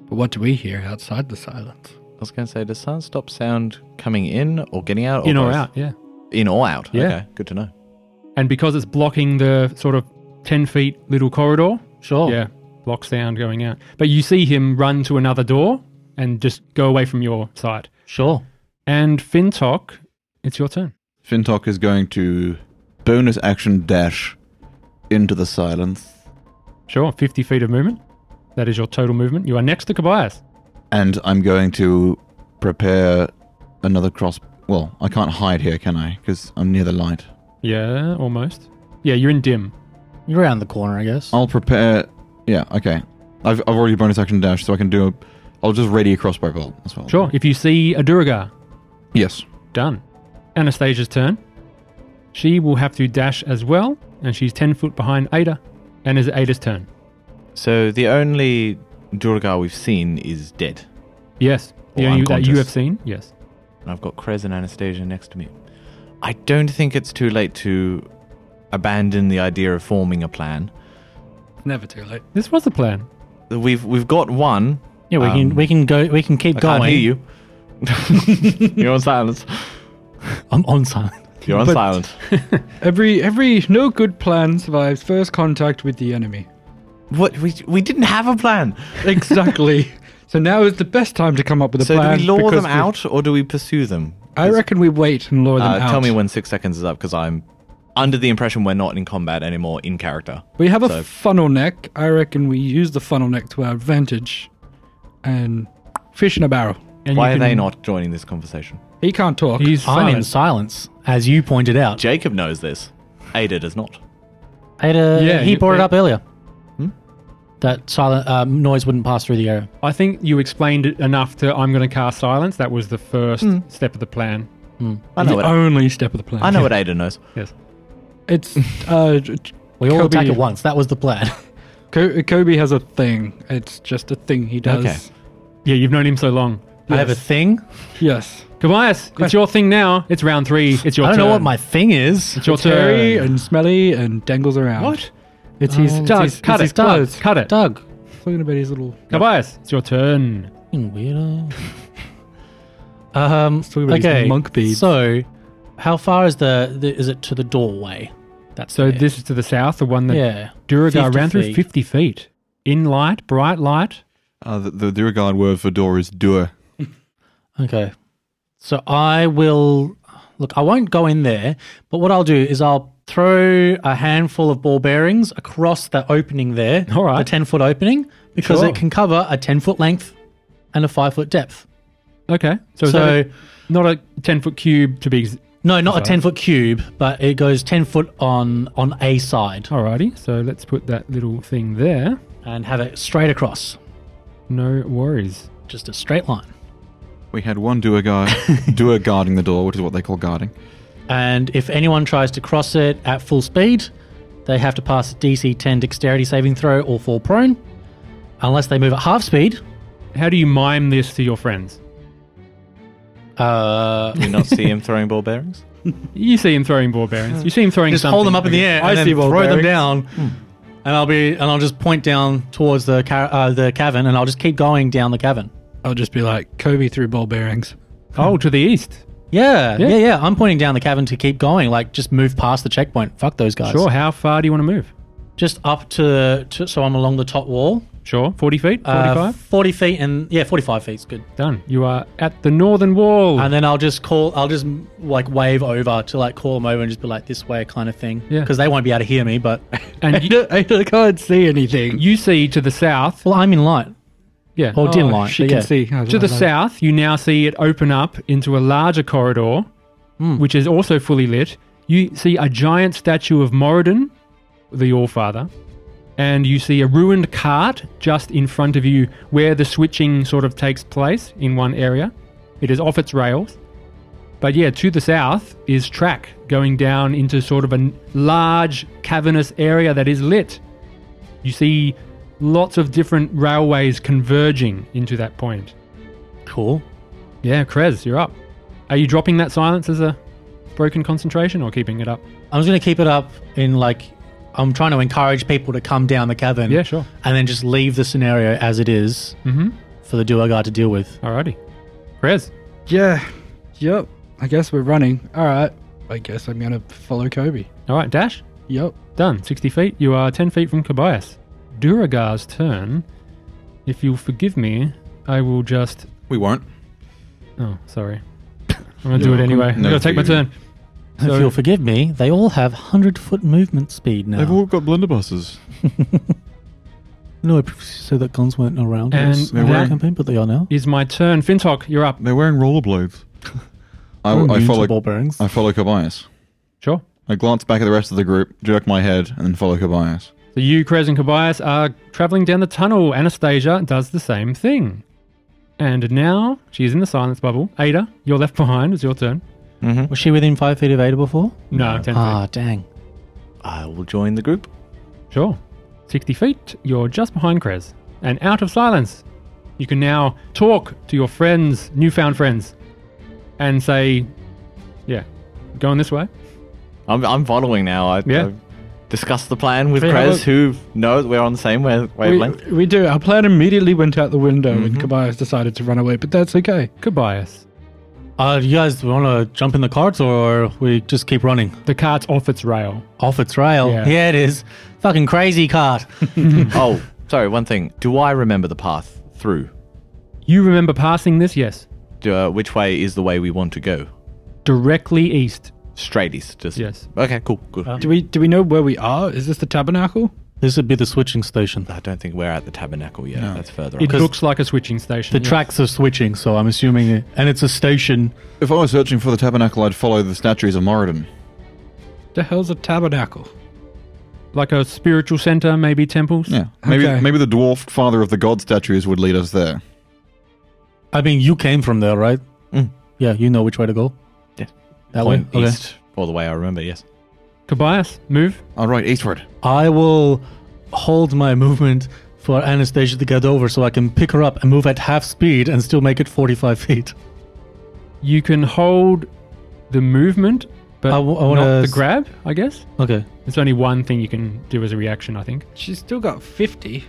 But what do we hear outside the silence?
I was going to say, does sound stop sound coming in or getting out?
in or
both?
out, yeah.
In or out.
Yeah.
Okay, good to know.
And because it's blocking the sort of 10 feet little corridor,
Sure.
yeah, block sound going out. But you see him run to another door and just go away from your side.
Sure.
And Fintok, it's your turn.
Fintok is going to bonus action dash into the silence
Sure, 50 feet of movement. That is your total movement. You are next to Kobayas.
and I'm going to prepare another cross. Well, I can't hide here, can I? Because I'm near the light.
Yeah, almost. Yeah, you're in dim.
You're around the corner, I guess.
I'll prepare. Yeah, okay. I've, I've already bonus action dash, so I can do. A, I'll just ready a crossbow bolt as well.
Sure, if you see a Duragar,
Yes.
done. Anastasia's turn. She will have to dash as well, and she's 10 foot behind Ada. And is it Ada's turn?
So the only Durgar we've seen is dead.
Yes.
Or
yeah, you, that you
unconscious.
have seen? Yes.
And I've got Krez and Anastasia next to me. I don't think it's too late to abandon the idea of forming a plan.
Never too late.
This was the plan.
We've we've got one.
yeah, we
um,
can we can go we can keep
I
going.
can't hear you. You're on silence.
I'm on silent.
You're on
But-
silent.
Every every no good plan survives first contact with the enemy.
What we we didn't have a plan.
Exactly. so now is the best time to come up with a
so
plan.
do we lure
because
them
the-
out or do we pursue them?
I reckon we wait and lure them
Uh,
out.
tell me when six seconds is up because I'm under the impression we're not in combat anymore in character.
We have a
So-
funnel neck. I reckon we use the funnel neck to our advantage, and fish in a barrel.
And you
Why are
can-
they not joining this conversation?
He can't talk.
He's
I'm
silent.
in silence, as you pointed out.
Jacob knows this. Ada does not.
Ada,
Yeah,
he
you-
brought it
uh,
up earlier.
Hmm?
That silent um, noise wouldn't pass through the air.
I think you explained it enough to I'm going to cast silence. That was the first
Hmm.
step of the plan.
I know
the
what
only step of the plan.
I know what Ada knows.
Yes.
It's uh,
We all
Kobe-
attack at once. That was the plan.
Co- Kobe has a thing. It's just a thing he does.
Okay.
Yeah, you've known him so long.
I have a thing.
Yes.
Kobayas, it's your thing now. It's round three. It's your
I don't
turn.
know what my thing is.
It's your
Hairy
turn.
and smelly and dangles around.
What?
It's his. Oh, it's
Doug,
his-
cut
it's his
it. Doug,
clothes.
cut it.
Doug.
Talking about his little.
Kobayas, it's your turn.
Fucking weirdo. um.
talk about these
okay.
monk beads.
So, how far is the, the? Is it to the doorway? That's
So
there.
this is to the south, the one that
Yeah.
Duragar
50
ran through
feet.
50 feet. In light, bright light.
Uh, the, the, the regard word for door is door.
Okay. So I will look. I won't go in there, but what I'll do is I'll throw a handful of ball bearings across that opening there.
All right.
a ten foot opening because
Sure.
it can cover a ten foot length and a five foot depth.
Okay. So, is
so
that a- not a 10 foot cube to be. Ex-
no, not a
Sorry.
ten foot cube, but it goes ten foot on on a side
Alrighty. So let's put that little thing there.
and have it straight across,
No worries.
just a straight line.
We had one doer guard, doer guarding the door, which is what they call guarding.
And if anyone tries to cross it at full speed, they have to pass a DC 10 dexterity saving throw or fall prone. Unless they move at half speed,
How do you mime this to your friends?
uh,
Do you not see him throwing ball bearings?
You see him throwing ball bearings. You see him throwing
just
something.
hold them up in the air
I
and
see
then
ball
throw them
bearings.
down. And I'll be and I'll just point down towards the ca- uh, the cavern and I'll just keep going down the cavern.
I'll just be like Kobe through ball bearings.
Oh, to the east.
Yeah,
Yeah.
yeah, yeah, I'm pointing down the cavern to keep going. Like, just move past the checkpoint. Fuck those guys.
Sure. How far do you want to move?
Just up to, to so I'm along the top wall.
Sure. 40 feet? 45?
Uh, Forty feet and yeah, forty-five feet's good.
Done. You are at the northern wall.
and then I'll just call, I'll just m- like wave over to like call them over and just be like this way kind of thing.
Yeah.
Because they won't be able to hear me, but
And you,
Ada, Ada can't see anything.
you see to the south.
well, I'm in light
Yeah.
or dim
Oh,
light.
She
but
can
yeah.
see. I was
To the
like,
south, you now see it open up into a larger corridor, which is also fully lit. You see a giant statue of Moradin, the Allfather, and you see a ruined cart just in front of you where the switching sort of takes place in one area. It is off its rails. But yeah, to the south is track going down into sort of a n- large cavernous area that is lit. You see lots of different railways converging into that point.
Cool.
Yeah, Krez, you're up. Are you dropping that silence as a broken concentration or keeping it up?
I'm just gonna keep it up in like I'm trying to encourage people to come down the cavern.
Yeah, sure.
And then just leave the scenario as it is
Mhm.
for the duo guy to deal with.
Alrighty. Krez,
Yeah. Yep. I guess we're running. All right. I guess I'm gonna follow Kobe.
alright, dash.
Yep.
Done. 60 feet. You are 10 feet from Kobayas. Duragar's turn. If you'll forgive me, I will just.
We won't.
Oh, sorry. I'm gonna do it anyway. I'm
No,
gonna take my
for you.
turn. So-
if you'll forgive me, they all have 100 foot movement speed now.
They've all got blunderbusses.
no, I previously said that guns weren't around
And
in this
they're
wearing-
campaign, but they are now.
Is my turn. Fintok, you're up.
They're wearing rollerblades. I,
They're immune
I
to
follow.
ball bearings.
I follow Kobayas.
Sure.
I glance back at the rest of the group, jerk my head, and then follow Kobayas.
So you, Krez, and Kobayas are traveling down the tunnel. Anastasia does the same thing. And now she is in the silence bubble. Ada, you're left behind. It's your turn.
Mm-hmm.
Was she within five feet of Ada before?
No, 10 feet.
Ah, dang.
I will join the group.
Sure. 60 feet, you're just behind Krez. And out of silence, you can now talk to your friends, newfound friends, and say, yeah, going this way.
I'm, I'm following now. I,
Yeah.
I discussed the plan with
Hey, how
Krez,
about-
who knows we're on the same wa- wavelength.
We, we do. Our plan immediately went out the window when Kobayas decided to run away, but that's okay.
Kobayas.
Uh, you guys want to jump in the carts or we just keep running?
The cart's off its rail.
Off its rail.
Yeah.
Yeah, it is. Fucking crazy cart.
oh, sorry, one thing. Do I remember the path through?
You remember passing this? Yes.
Do, uh, which way is the way we want to go?
Directly east.
Straight east. Just,
Yes. Um,
Okay, cool, good.
Do we do we know where we are? Is this the tabernacle?
this would be the switching station.
I don't think we're at the tabernacle yet. That's further
It
up.
Because-
looks like a switching station.
The
yes.
tracks are switching, so I'm assuming, it, and it's a station.
If I was searching for the tabernacle, I'd follow the statues of Moradin.
The hell's a tabernacle?
Like a spiritual center, maybe temples.
Yeah, maybe
Okay.
maybe the dwarfed father of the god statues would lead us there.
I mean, you came from there, right?
Mm.
Yeah, you know which way to go.
Yeah.
that
Point
way. Okay.
east. Or the way I remember, yes.
Kobayas, move.
All right, eastward.
I will hold my movement for Anastasia to get over, so I can pick her up and move at half speed and still make it 45 feet.
You can hold the movement, but
I w- I wanna
not the
s-
grab, I guess.
Okay.
It's only one thing you can do as a reaction, I think.
She's still got fifty.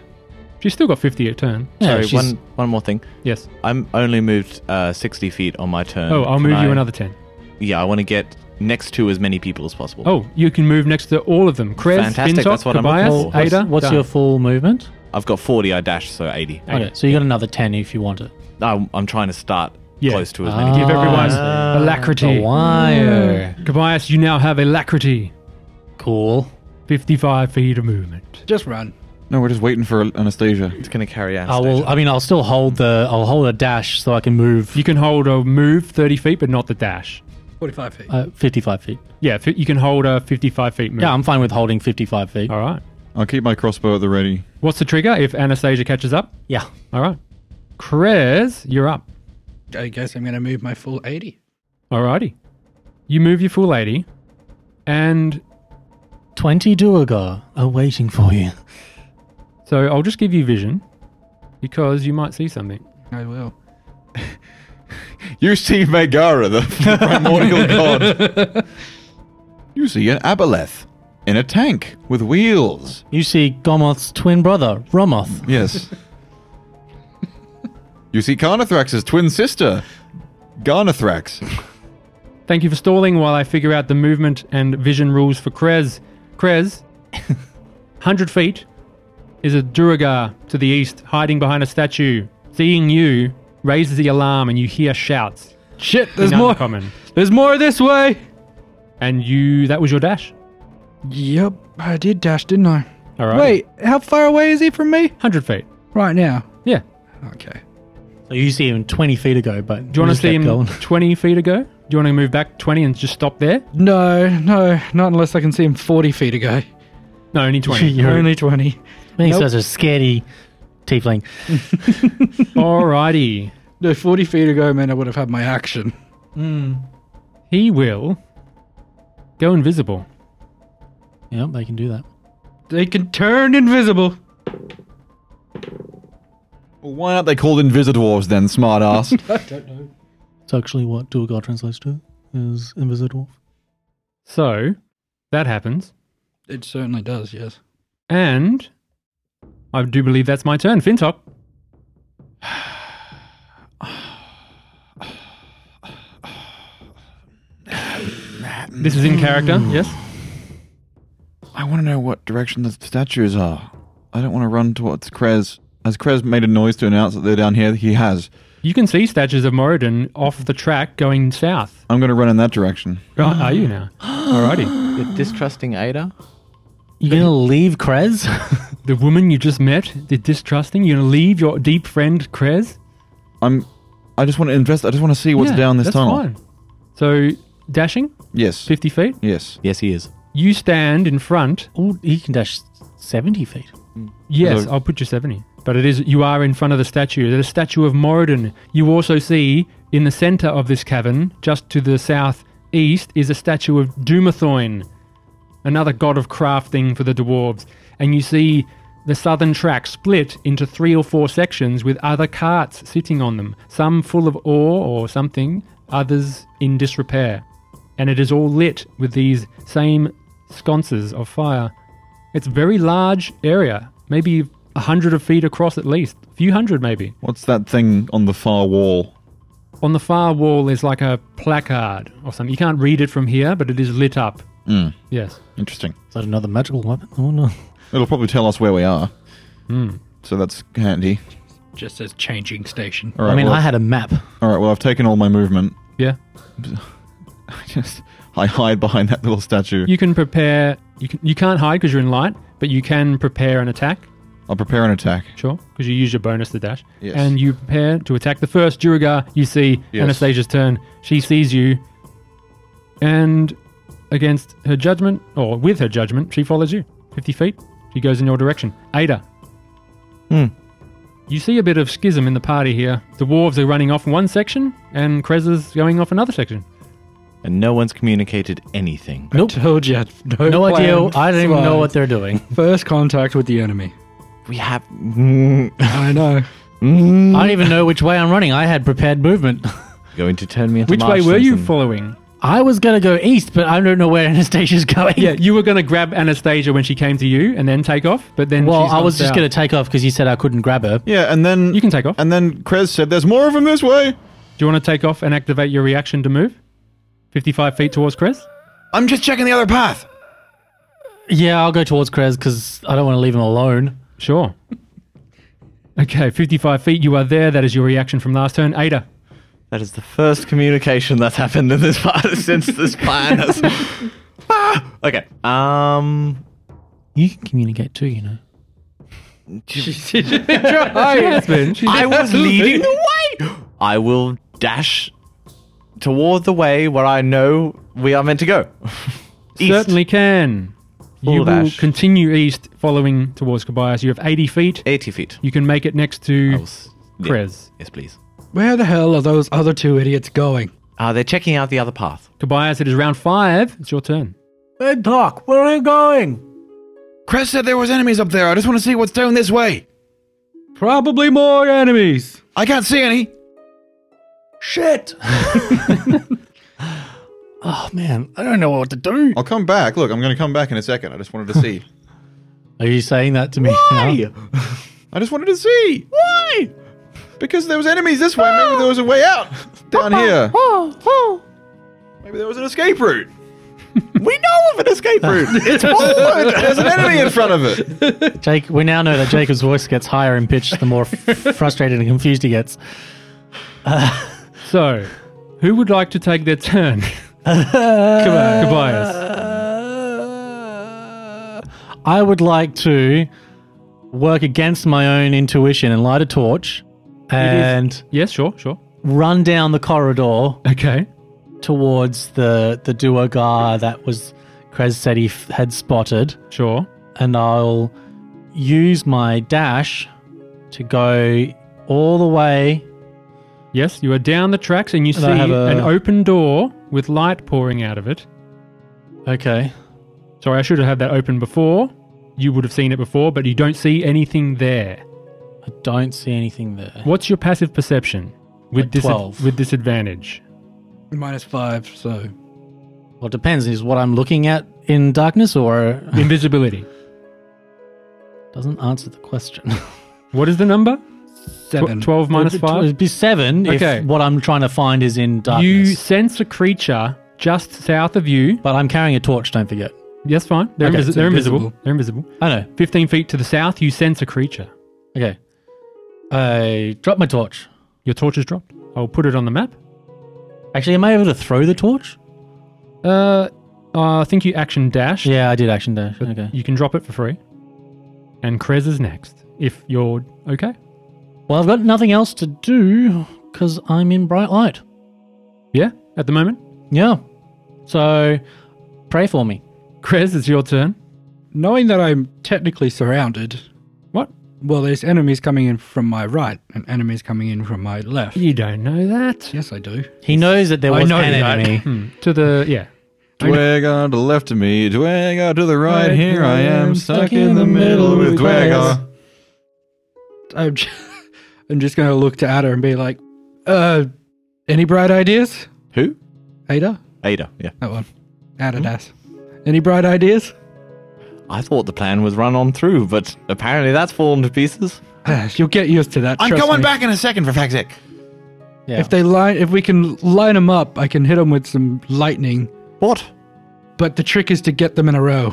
She's still got 50 a turn.
Yeah,
sorry,
she's-
one, one more thing.
Yes.
I'm only moved uh, 60 feet on my turn.
Oh, I'll
Can
move you
I-
another 10.
Yeah, I want to get next to as many people as possible.
Oh, you can move next to all of them. Krez,
Fantastic,
Fintok,
that's what I'm looking
Kobayas,
for.
What's-
Ada.
what's
done.
your full movement?
I've got 40, I dash, so 80.
Ada.
Okay, so you got another 10 if you want it.
I'm, I'm trying to start
Yeah.
close to as
Ah.
many
Give
people.
everyone
Ah,
alacrity. Mm.
The wire.
Kobayas, you now have alacrity.
Cool.
55 feet of movement.
Just run.
No, we're just waiting for Anastasia.
It's going to carry out.
I will. I mean, I'll still hold the. I'll hold a dash so I can move
You can hold a move 30 feet, but not the dash.
Forty-five feet.
uh, 55 feet.
Yeah, fi- you can hold a 55 feet move.
Yeah, I'm fine with holding 55 feet.
All right.
I'll keep my crossbow at the ready.
What's the trigger if Anastasia catches up?
Yeah.
All right. Krez, you're up.
I guess I'm gonna move my full eighty.
Alrighty. You move your full lady, and
20 Duergar are waiting for you.
so I'll just give you vision because you might see something.
I will.
You see Megara, the primordial god. You see an Aboleth in a tank with wheels.
You see Gomoth's twin brother, Romoth.
Yes. you see Carnathrax's twin sister, Garnathrax.
Thank you for stalling while I figure out the movement and vision rules for Krez. Krez, 100 feet is a Duragar to the east, hiding behind a statue. Seeing you raises the alarm, and you hear shouts.
Shit, there's
None
more.
Common.
There's more this way.
And you, that was your dash.
Yep, I did dash, didn't I?
All right.
Wait, how far away is he from me?
100 feet.
Right now.
Yeah.
Okay.
So Oh, you see him 20 feet ago, but
Do you want
just
to see
kept
him
going.
20 feet ago? Do you want to move back 20 and just stop there?
No, no, not unless I can see him forty feet ago.
No, only 20.
Only twenty.
Being
Nope.
such a scaredy tiefling.
Alrighty.
No, forty feet ago, man, I would have had my action.
He will go invisible.
Yep, they can do that.
They can turn invisible.
Well, why aren't they called Invisidors then, smartass?
It's actually what Duergar translates to is invisible.
So that happens.
It certainly does. Yes.
And I do believe that's my turn. Fintop. this is in character,
Hmm.
yes?
I want to know what direction the statues are. I don't want to run towards Krez. Has Krez made a noise to announce that they're down here? He has.
You can see statues of Moradin off the track going south.
I'm going to run in that direction.
Right, are you now? Alrighty.
You're distrusting Ada?
You gonna leave Krez?
The woman you just met, the distrusting, you're gonna leave your deep friend Krez?
I'm. I just want to invest. I just want to see what's
Yeah,
down this
that's
tunnel.
fine. So dashing,
Yes.
fifty feet.
Yes.
Yes, he is.
You stand in front.
Ooh, he can dash seventy feet.
Yes,
So-
I'll put you seventy. But it is you are in front of the statue. There's a statue of Moradin. You also see in the center of this cavern, just to the southeast, is a statue of Dumathoin, another god of crafting for the dwarves. And you see the southern track split into three or four sections with other carts sitting on them, some full of ore or something, others in disrepair. And it is all lit with these same sconces of fire. It's a very large area, maybe a hundred of feet across at least, a few hundred maybe.
What's that thing on the far wall?
On the far wall is like a placard or something. You can't read it from here, but it is lit up. Yes.
Interesting.
Is that another magical weapon? Oh no. Hmm.
It'll probably tell us where we are. So that's handy.
Just says changing station.
All right.
I mean,
well,
I had a map.
all right. Well, I've taken all my movement.
Yeah.
I just I hide behind that little statue.
You can prepare. You can. You can't hide because you're in light, but you can prepare an attack.
I'll prepare an attack.
Sure, because you use your bonus to dash.
Yes.
And you prepare to attack the first Duergar you see.
Yes.
Anastasia's turn. She sees you, and against her judgment, or with her judgment, she follows you fifty feet. She goes in your direction. Ada.
Hmm.
You see a bit of schism in the party here. The dwarves are running off one section, and Krez's going off another section.
And no one's communicated anything.
Nope.
Told you. No,
No idea.
plans.
I don't even know what
Slides.
they're doing.
First contact with the enemy.
We have. Mm,
I know.
mm.
I don't even know which way I'm running. I had prepared movement.
going to turn me into
Which way were you
Marshalson.
following?
I was gonna go east, but I don't know where Anastasia's going.
Yeah, you were going to grab Anastasia when she came to you and then take off, but then
Well,
she's
I
gone
was just
south.
gonna take off because you said I couldn't grab her.
Yeah, and then
You can take off.
And then Krez said, "There's more of them this way."
Do you want to take off and activate your reaction to move? 55 feet towards Chris?
I'm just checking the other path.
Yeah, I'll go towards Krez because I don't want to leave him alone.
Sure. Okay, 55 feet, you are there. That is your reaction from last turn. Ada.
That is the first communication that's happened in this part since this plan has. Ah! Okay. Um.
You can communicate too, you know.
I was leading the way. I will dash toward the way where I know we are meant to go. East.
Certainly can. you
Full
will
dash.
continue east, following towards Kobayas. You have 80 feet.
Eighty feet.
You can make it next
I
to
will s- yeah.
Krez.
Yes, please.
Where the hell are those other two idiots going?
Uh, they're checking out the other path.
Kobayas. It is round five. It's your turn.
Red Doc, where are you going?
Krez said there was enemies up there. I just want to see what's down this way.
Probably more enemies.
I can't see any.
Shit! oh man, I don't know what to do.
I'll come back. Look, I'm going to come back in a second. I just wanted to see.
Are you saying that to me? now?
I just wanted to see. Why? Because there was enemies this way. Maybe there was a way out down here. Maybe there was an escape route. oh. we know of an escape route. It's forward. There's an enemy in front of it.
Jake, we now know that Jacob's voice gets higher in pitch the more f- frustrated and confused he gets.
So, who would like to take their turn? Come on, Kobayas.
I would like to work against my own intuition and light a torch and
Yes, sure, sure.
run down the corridor
Okay.
towards the the duogar that was Krez said he f- had spotted,
Sure.
and I'll use my dash to go all the way.
Yes, you are down the tracks and you
And
see
I have a-
an open door with light pouring out of it.
Okay,
Sorry, I should have had that open before. You would have seen it before, but you don't see anything there.
I don't see anything there.
What's your passive perception with
Like
dis-
12.
with disadvantage?
Minus five, so.
Well, it depends. Is what I'm looking at in darkness, or
Invisibility.
doesn't answer the question.
what is the number? Tw-
Seven.
Twelve minus
It'd be-
five.
It'd be seven
Okay.
if what I'm trying to find is in
You
darkness.
sense a creature just south of you.
but I'm carrying a torch. Don't forget.
Yes, fine. They're,
Okay,
invisi-
it's
they're invisible.
invisible.
They're invisible.
I know.
Fifteen feet to the south, you sense a creature.
Okay. I drop my torch.
Your torch is dropped. I'll put it on the map.
Actually, am I able to throw the torch?
Uh, uh, I think you action dash.
Yeah, I did action dash. Okay.
You can drop it for free. And Krez is next. If you're okay.
Well, I've got nothing else to do because I'm in bright light.
Yeah, at the moment.
Yeah. So, pray for me.
Krez, it's your turn.
Knowing that I'm technically surrounded,
What?
well, there's enemies coming in from my right and enemies coming in from my left.
You don't know that.
Yes, I do.
He knows that there
I
was
know
an
that.
enemy.
Hmm, To the yeah.
Dwagar to the left of me, Dwagar to the right. Here I am, stuck in the middle with Dwagar.
I'm just, I'm just going to look to Ada and be like, uh, any bright ideas?
Who?
Ada?
Ada, yeah.
That one.
Hmm?
Ada Das. Any bright ideas?
I thought the plan was run on through, but apparently that's fallen to pieces.
Ah, You'll get used to that. trust me.
back in a second for fuck's sake.
Yeah.
If they line, if we can line them up, I can hit them with some lightning.
What?
But the trick is to get them in a row.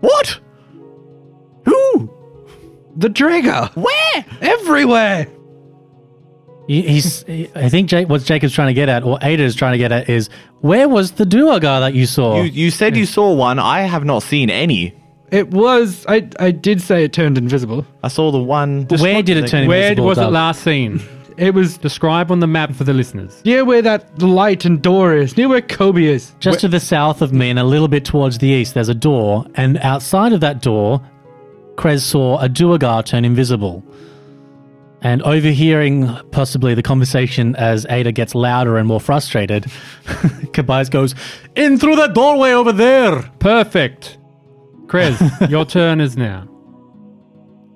What? Who?
The Draeger!
Where?
Everywhere!
He- He's. he- I think Jake, what Jacob's trying to get at, or Ada is trying to get at, is where was the Duergar that you saw?
You, you said you saw one. I have not seen any.
It was. I, I did say it turned invisible.
I saw the one.
where did it turn
Where
invisible?
was it
Doug?
last seen?
It was
Describe on the map for the listeners.
near where that light and door is, near where Kobe is.
Just to the south of me and a little bit towards the east, there's a door, and outside of that door, Krez saw a Duergar turn invisible. And overhearing possibly the conversation as Ada gets louder and more frustrated, Kabais goes, In through that doorway over there!
Perfect. Krez, your turn is now.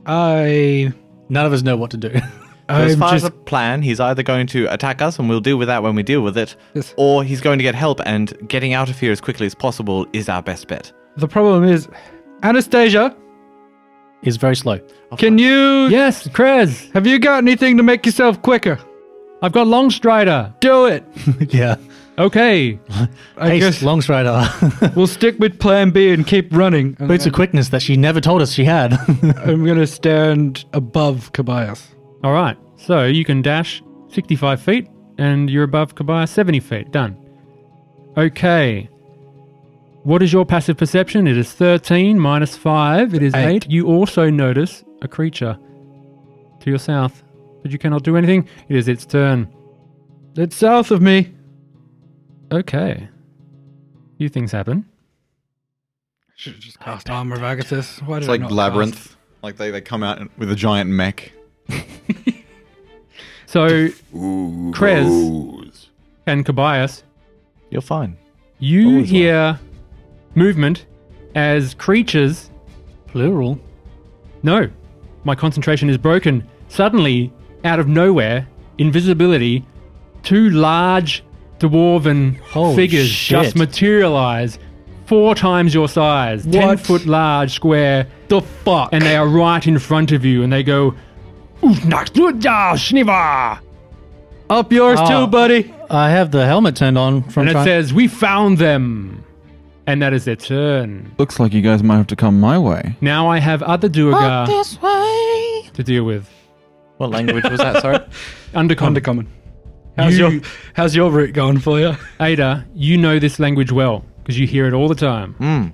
I.
None of us know what to do.
as
I'm
far
just.
as the plan, he's either going to attack us and we'll deal with that when we deal with it,
Yes.
or he's going to get help and getting out of here as quickly as possible is our best bet.
the problem is, Anastasia,
Is very slow.
can you.
Yes, Krez.
Have you got anything to make yourself quicker?
I've got Longstrider.
Do it!
yeah.
Okay.
I
Ace,
guess
Longstrider.
we'll stick with plan B and keep running. And
Boots of quickness that she never told us she had.
I'm going to stand above Kobayas.
All right. So you can dash 65 feet and you're above Kabaya 70 feet. Done. Okay. What is your passive perception? It is 13 minus 5. It is 8.
Eight.
You also notice a creature to your south, but you cannot do anything. It is its turn.
It's south of me.
Okay. Few things happen.
Should have just cast Armor of Agathis. Why did
It's
I
like
not
Labyrinth. Like they, they come out with a giant mech.
So, Krez and Kobayas,
You're fine.
you
Always well.
hear movement as creatures
Plural.
No, my concentration is broken. Suddenly, out of nowhere, invisibility, two large dwarven
Holy
figures
shit.
just materialize, four times your size, ten
What?
foot large square,
The fuck?
and they are right in front of you, and they go, uh, Schniva!
Up yours
Ah.
too, buddy.
I have the helmet turned on from
And it
trying-
says, "We found them," and that is their turn.
Looks like you guys might have to come my way.
Now I have other Duergar to deal with.
What language was that? Sorry.
Undercon,
Undercommon. How's
You-
your How's your route going for you?
Ada, you know this language well because you hear it all the time.
Mm.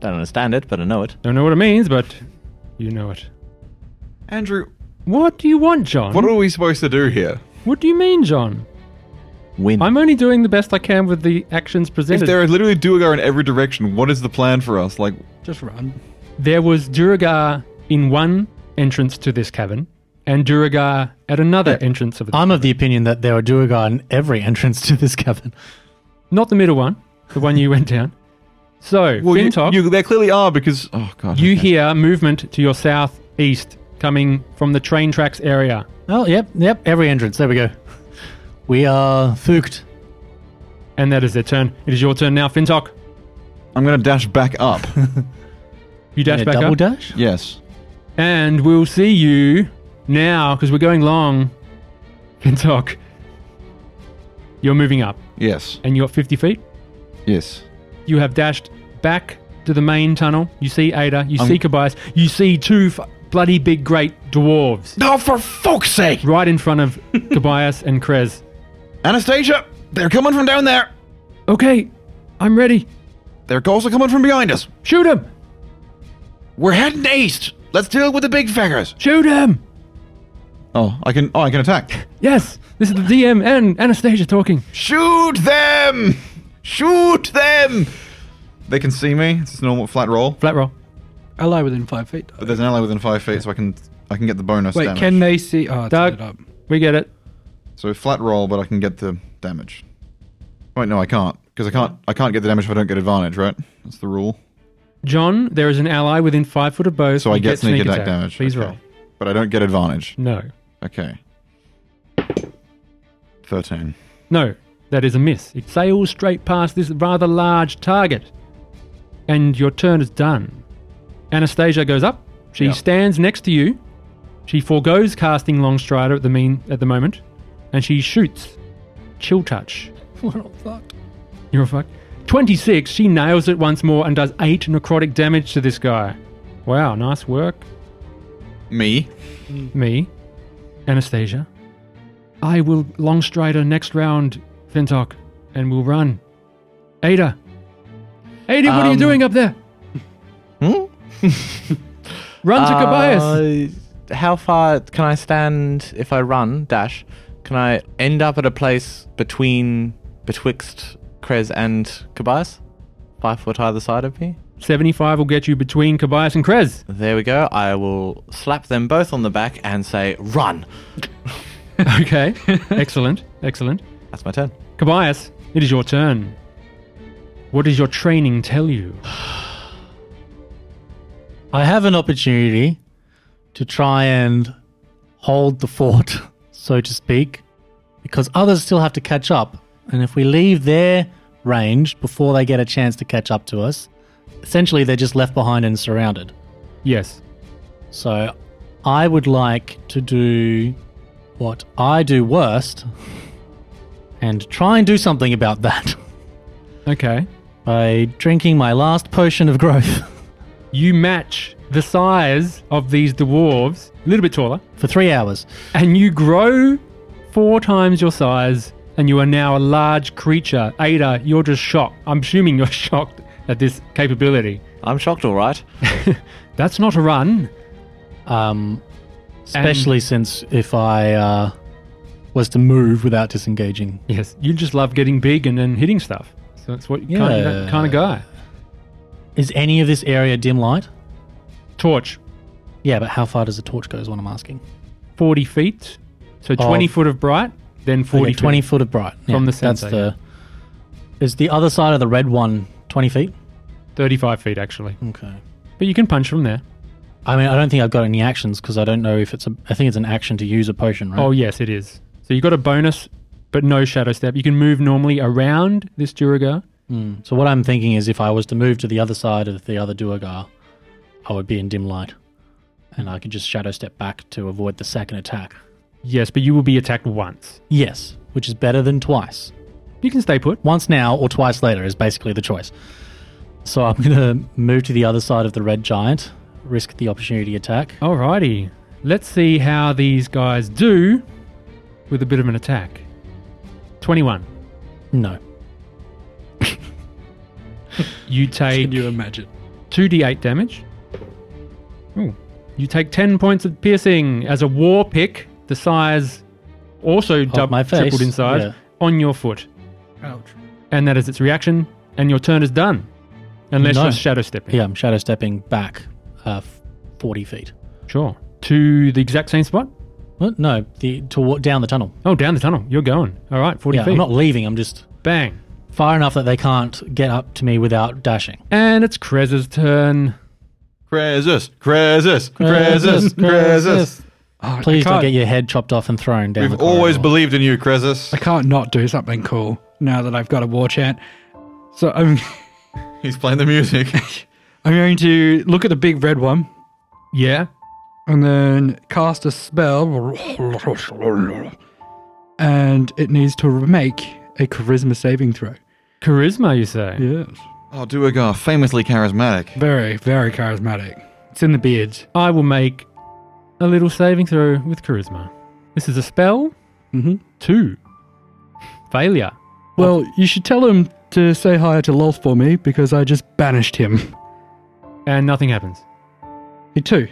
Don't understand it, but I know it.
Don't know what it means, but you know it.
Andrew,
What do you want, John?
what are we supposed to do here?
What do you mean, John?
Win.
I'm only doing the best I can with the actions
If
presented.
there are literally Duergar in every direction, what is the plan for us? Like,
Just run.
There was Duragar in one entrance to this cavern, and Duragar at another entrance of it.
I'm of the opinion that there are Duergar in every entrance to this cavern.
Not the middle one, the one you went down. So,
well, you,
Fintok, you,
you, there clearly are because oh god, okay.
hear movement to your southeast coming from the train tracks area.
Oh, yep, yep, every entrance. There we go. We are fucked.
And that is their turn. It is your turn now, Fintok.
I'm gonna dash back up.
You dash
In a
back
double
up.
dash?
yes,
And we'll see you now because we're going long. Fintok, you're moving up
yes,
and you're at 50 feet.
yes.
You have dashed back to the main tunnel. You see Ada, you
I'm-
see Kobayas, you see two f- bloody big great dwarves
Oh, for fuck's sake!
right in front of Tobias and Krez.
Anastasia, they're coming from down there.
Okay, I'm ready.
They're also coming from behind us.
Shoot him!
We're heading east. Let's deal with the big figures.
Shoot him!
Oh, I can. Oh, I can attack.
Yes, this is the DM and Anastasia talking.
Shoot them! Shoot them! They can see me. It's just a normal flat roll.
Flat roll.
Ally within five feet.
But there's an ally within five feet, so I can I can get the bonus
Wait,
damage.
can they see? Oh, it's
Doug.
lit up.
We get it.
So flat roll, but I can get the damage. Wait, no, I can't because I can't. I can't get the damage if I don't get advantage, right? That's the rule.
John, there is an ally within five foot of bow.
So I
you
get sneak attack damage.
Please
Okay.
roll.
But I don't get advantage.
No.
Okay. Thirteen.
No, that is a miss. It sails straight past this rather large target. And your turn is done. Anastasia goes up. She stands next to you. She forgoes casting Longstrider at the mean at the moment. And she shoots. Chill touch. You're a fuck. 26, she nails it once more and does 8 necrotic damage to this guy. Wow, nice work,
Me.
me. Anastasia. I will Longstrider next round, Fintok, and we'll run. Ada. Ada, what are you
Um, hmm?
doing up there? run to Kobayas.
Uh, how far can I stand if I run? Dash. Can I end up at a place between betwixt Krez and Kobayas? Five foot either side of me.
75 will get you between Kobayas and Krez.
There we go. I will slap them both on the back and say, "Run."
Okay. excellent. Excellent.
That's my turn.
Kobayas, it is your turn. What does your training tell you?
I have an opportunity to try and hold the fort, so to speak, because others still have to catch up. And if we leave their range before they get a chance to catch up to us, essentially they're just left behind and surrounded.
Yes.
So I would like to do what I do worst and try and do something about that
Okay.
by drinking my last potion of growth
you match the size of these dwarves, a little bit taller,
for three hours.
and you grow four times your size, and you are now a large creature. Ada, you're just shocked. I'm assuming you're shocked at this capability.
I'm shocked, all right.
That's not a run.
Um, especially since if I uh, was to move without disengaging.
Yes, you just love getting big and then hitting stuff. So that's what you kind, of,
Yeah.
kind of guy.
Is any of this area dim light?
Torch,
Yeah, but how far does the torch go is what I'm asking.
40 feet. So 20
Of-
foot of bright, then 40
Oh. Okay, 20
feet.
foot of bright.
From the
That's
sensor,
the. Is the other side of the red one 20 feet?
35 feet, actually.
Okay.
But you can punch from
Hmm.
there.
I mean, I don't think I've got any actions because I don't know if it's a. I think it's an action to use a potion, right?
Oh yes, it is. So you got a bonus, but no shadow step. You can move normally around this Duragar.
So what I'm thinking is, if I was to move to the other side of the other Duergar, I would be in dim light, and I could just shadow step back to avoid the second attack.
Yes, but you will be attacked once.
Yes, which is better than twice.
You can stay put.
Once now or twice later is basically the choice. So I'm going to move to the other side of the red giant, risk the opportunity attack.
Alrighty. Let's see how these guys do with a bit of an attack. Twenty-one.
No.
You
Can
take
you imagine?
two d eight damage. Ooh. You take ten points of piercing as a war pick, the size also doubled,
my face,
tripled in size,
yeah.
on your foot,
Ouch.
and that is its reaction. And your turn is done, unless
No.
you're shadow stepping.
Yeah, I'm um, shadow stepping back uh, f- 40 feet.
Sure. To the exact same spot?
What? No, the toward, down the tunnel.
Oh, down the tunnel. You're going. All right, 40
Yeah,
feet.
I'm not leaving. I'm just
Bang.
far enough that they can't get up to me without dashing.
And it's Krez's turn.
Cresus, Cresus, Cresus, Cresus.
Oh,
Please
I
don't
can't,
get your head chopped off and thrown down.
We've
the
always
corridor.
believed in you, Cresus.
I can't not do something cool now that I've got a war chant. So I'm,
He's playing the music.
I'm going to look at the big red one
Yeah.
and then cast a spell. And it needs to make a charisma saving throw.
Charisma, you say?
Yes.
Oh, Duergar, famously charismatic.
Very, very charismatic. It's in the beards.
I will make a little saving throw with charisma. This is a spell.
Mm-hmm.
Two. Failure.
Well, you should tell him to say hi to Lolf for me because I just banished him.
And nothing happens.
He too.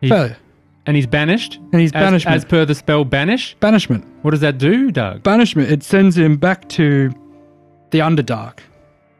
He-
Failure.
And he's banished.
And he's
As-
banishment.
As per the spell banish.
banishment.
What does that do, Doug?
Banishment. It sends him back to the Underdark.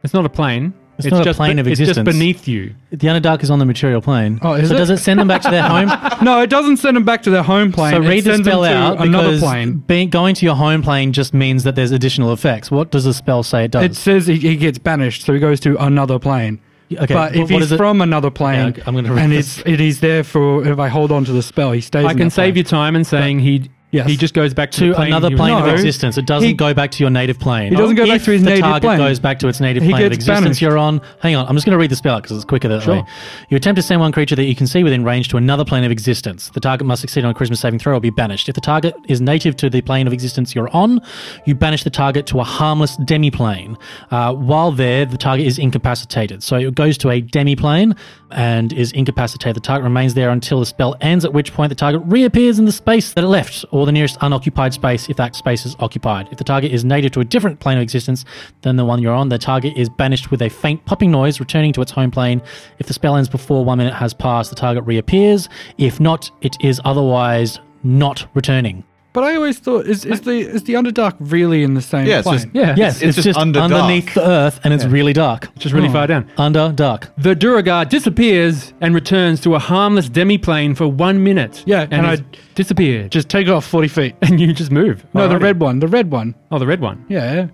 It's not a plane.
It's not a
just
plane of
It's
existence.
just beneath you.
The Underdark is on the material plane.
Oh, is
so
it?
does it send them back to their home?
No, it doesn't send him back to their home plane.
so
It
read the
sends him
spell
to
out
another
because
plane.
being, going to your home plane just means that there's additional effects. What does the spell say it does?
It says he, he gets banished, so he goes to another plane.
okay,
but
wh-
if
what
he's
is it?
from another
Yeah,
plane,
okay, I'm going to read
and
this.
it's it is there for if I hold on to the spell, he stays.
I can save your time in saying he
Yes.
he just goes back to, the
to
plane
another
he was-
plane of
No.
existence. It doesn't
He-
go back to your native plane.
He doesn't go back
If
to his
the
native
target
plane.
goes back to its native
He
plane of
gets
existence
banished.
you're on. Hang on, I'm just going to read the spell because it's quicker that way. You attempt to send one creature that you can see within range to another plane of existence. The target must succeed on a charisma saving throw or be banished. If the target is native to the plane of existence you're on, you banish the target to a harmless demiplane. Uh, while there, the target is incapacitated. So it goes to a demiplane and is incapacitated. The target remains there until the spell ends, at which point the target reappears in the space that it left, or the nearest unoccupied space if that space is occupied. If the target is native to a different plane of existence than the one you're on, the target is banished with a faint popping noise, returning to its home plane. If the spell ends before one minute has passed, the target reappears. If not, it is otherwise not returning.
But I always thought is is the is the Underdark really in the same
Yeah, it's
plane?
just-
Yeah.
Yes, Oh.
it's
it's,
just
just,
under dark.
underneath the earth and it's really dark.
It's just really far down.
Under dark.
The Duragar disappears and returns to a harmless demiplane for one minute.
Yeah,
and,
and I-
I disappeared.
Just take off forty feet.
and you just move.
No, the
Alrighty.
red one. The red one.
Oh, the red one.
Yeah,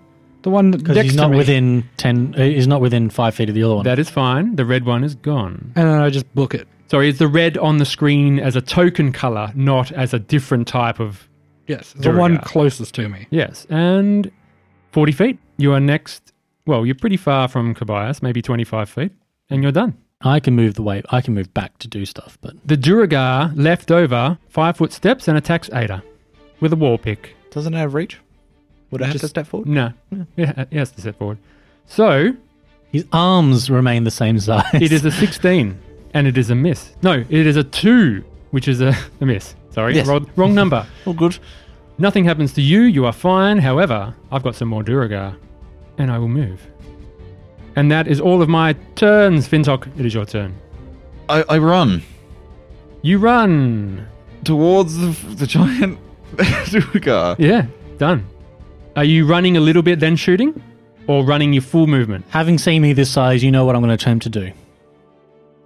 the one next
Because he's
to
not
me.
within ten. uh, He's not within five feet of the other one.
That is fine. The red one is gone.
And then I just book it.
Sorry, is the red on the screen as a token color, not as a different type of?
Yes, the
There we
one
go.
closest to me.
Yes, and forty feet. You are next. Well, you're pretty far from Kobayas, maybe twenty-five feet, and you're done.
I can move the way. I can move back to do stuff, but
The Duragar left over five foot steps and attacks Ada with a war pick.
Doesn't it have reach? Would I have to step forward?
No, yeah, uh, he has to step forward. So
his arms remain the same size.
it is a 16 and it is a miss. No, it is a 2, which is a, a miss. Sorry,
Yes.
wrong, wrong number.
All good.
Nothing happens to you, you are fine. However, I've got some more Duragar and I will move. And that is all of my turns, Fintok. It is your turn.
I, I run
You run.
towards the, the giant Dugar.
Yeah, done. Are you running a little bit then shooting? Or running your full movement?
Having seen me this size, you know what I'm going to attempt to do.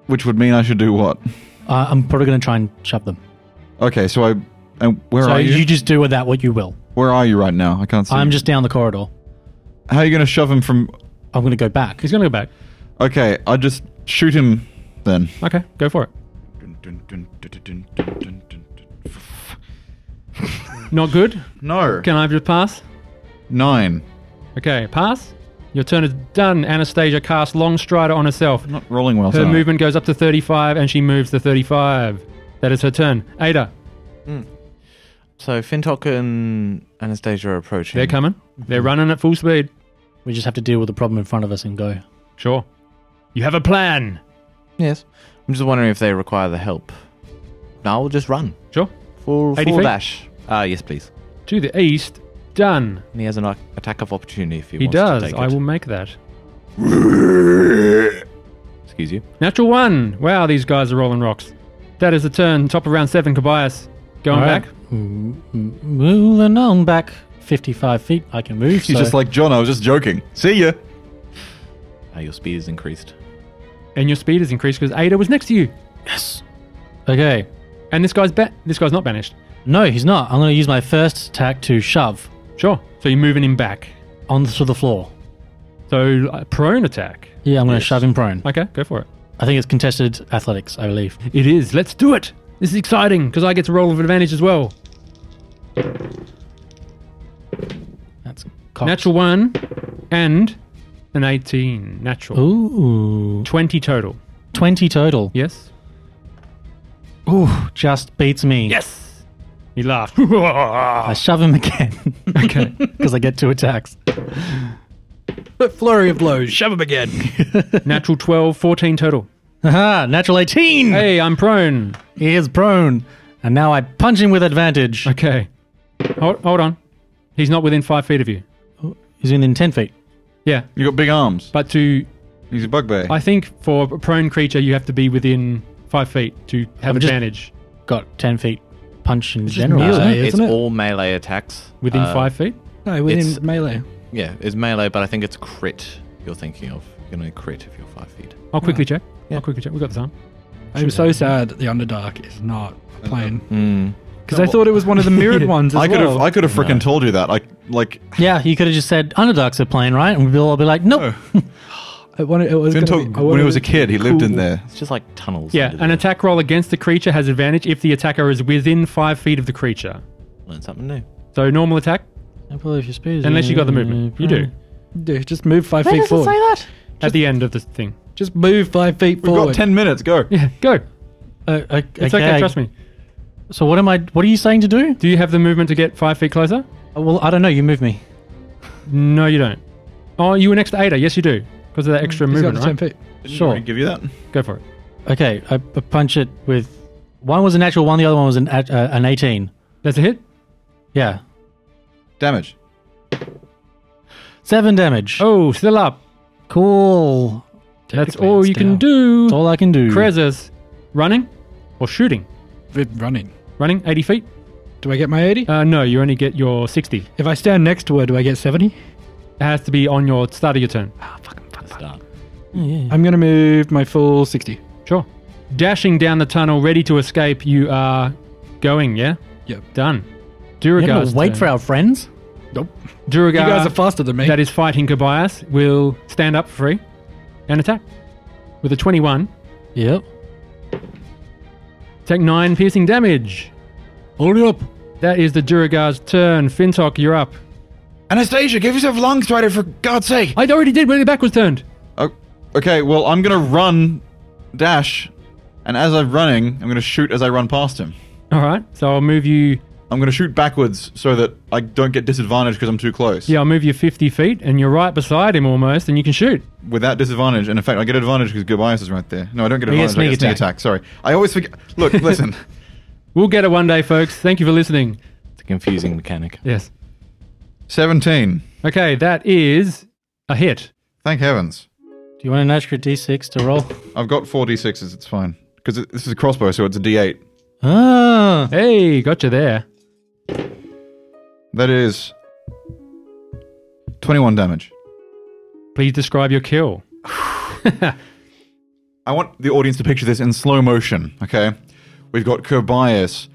Which would mean I should do what?
Uh, I'm probably going to try and shove them.
Okay, so I. And where
so
are you?
you? just do with that what you will.
Where are you right now? I can't see.
I'm just down the corridor.
How are you going to shove him from?
I'm going to go back.
He's going to go back.
Okay, I just shoot him then.
Okay, go for it. Not good.
No.
Can I just pass?
Nine.
Okay, pass. Your turn is done. Anastasia casts Long Strider on herself.
Not rolling well.
Her
sorry.
movement goes up to 35 and she moves to 35. That is her turn. Ada,
So Fintok and Anastasia are approaching.
they're coming. They're running at full speed.
We just have to deal with the problem in front of us and go.
Sure. You have a plan.
Yes. I'm just wondering if they require the help. No, we'll just run.
Sure.
Full,
80
full
feet?
dash. Ah, yes, please.
To the east. Done.
And he has an a- attack of opportunity if he,
He
wants to
does.
take
I
it.
will make that.
Excuse you.
Natural one. Wow, these guys are rolling rocks. That is the turn. Top of round seven, Kobayas. Going
All right.
back.
Mm, mm, Moving on back 55 feet. I can move.
She's
so-
just like John. I was just joking. See ya.
Ah, your speed is increased.
And your speed is increased because Ada was next to you.
okay.
And this guy's ba- this guy's not banished.
No, he's not. I'm going to use my first attack to shove
Sure. So you're moving him back.
onto the floor.
So uh, prone attack.
Yeah, I'm going to shove him prone.
Okay, go for it.
I think it's contested athletics, I believe.
It is. Let's do it. This is exciting because I get to roll with advantage as well.
That's cocked.
Natural one and an 18. Natural.
Ooh.
20 total.
20 total.
Yes?
Ooh, just beats me.
Yes! He laughed. okay.
I shove him again because I get two attacks.
Flurry of blows. Shove him again.
Natural 12, 14 total.
Haha, natural 18!
Hey, I'm prone.
He is prone. And now I punch him with advantage.
Okay. Hold, hold on. He's not within five feet of you.
Oh, He's within 10 feet.
Yeah.
You got big arms.
But to,
He's a bugbear.
I think for a prone creature, you have to be within five feet to have
I'm just-
advantage.
Got 10 feet punch in
just
general.
melee.
so-
Melee,
Uh, it's
isn't it?
all melee attacks.
Within
Uh,
five feet?
No, within
It's-
melee.
Yeah, it's melee, but I think it's crit you're thinking of. You're going to crit if you're five feet.
I'll quickly check. I'll quickly check. We've got the time.
I'm so sad that the Underdark is not a plane.
Mm.
Because I thought it was one of the mirrored ones as
I could have.
well.
I could have freaking told you that. Like, like
Yeah, you could have just said Underdark's a plane, right? And we'd all be like, nope.
I wanted- it was
Finn
gonna
told-
be- I
when he was a
wanted-
kid, he lived in there.
It's just like tunnels.
Yeah,
under
an
the-
attack roll against the creature has advantage if the attacker is within five feet of the creature.
Learn something new.
So normal attack,
I believe your speed is-
unless you got the movement. You do.
Dude, just move five feet forward.
that?
At the end of the thing.
Just move five feet
we've
forward.
got ten minutes. Go.
Yeah, go.
Uh, uh,
It's okay, trust me.
So what am I? What are you saying to do?
Do you have the movement to get five feet closer?
Uh, Well, I don't know. You move me.
No, you don't. Oh, you were next to Ada. Yes, you do. Because of that extra
Mm, He's got
movement,
the
right?
ten feet.
Sure.
Give you that.
Go for it.
Okay, I, I punch it with. One was a natural one. The other one was an at- uh, an eighteen.
That's a hit.
Yeah,
Damage.
seven damage.
Oh, still up.
cool.
That's
Technically,
all
it's
you can
down.
do.
That's all I can do.
Krezus, running or shooting?
With running.
Running 80 feet?
Do I get my 80?
Uh, no, you only get your 60. It
if I stand next to her, do I get 70?
has to be on your start of your turn.
Start.
I'm going to move my full 60.
Sure. Dashing down the tunnel, ready to escape, you are going, yeah?
Yep.
Done.
We're gonna
Duragar's
wait
turn.
for our friends.
Nope.
Duragar
You guys are faster than me.
that is fighting Kobayas will stand up free and attack. With a 21,
Yep.
take 9 piercing damage.
Hold it up.
That is the Duragar's turn. Fintok, you're up.
Anastasia, give yourself long strider for God's sake.
I already did when the back was turned.
Oh, okay. Well, I'm gonna run, dash, and as I'm running, I'm gonna shoot as I run past him.
All right, so I'll move you.
I'm gonna shoot backwards so that I don't get disadvantaged because I'm too close.
Yeah, I'll move you 50 feet, and you're right beside him almost, and you can shoot.
Without disadvantage, and in fact, I get advantage because Gobias is right there. No, I don't get
You
advantage.
get
I get sneak
sneak
attack. Sorry, I always forget. Look, listen.
We'll get it one day, folks. Thank you for listening.
It's a confusing mechanic.
Yes.
Seventeen.
Okay, that is a hit.
Thank heavens.
Do you want an extra d6 to roll?
I've got four d6s. It's fine because it, this is a crossbow, so it's a d8.
Ah,
Hey, gotcha there.
That is twenty-one damage.
Please describe your kill.
I want the audience to picture this in slow motion, okay? We've got Kobayas,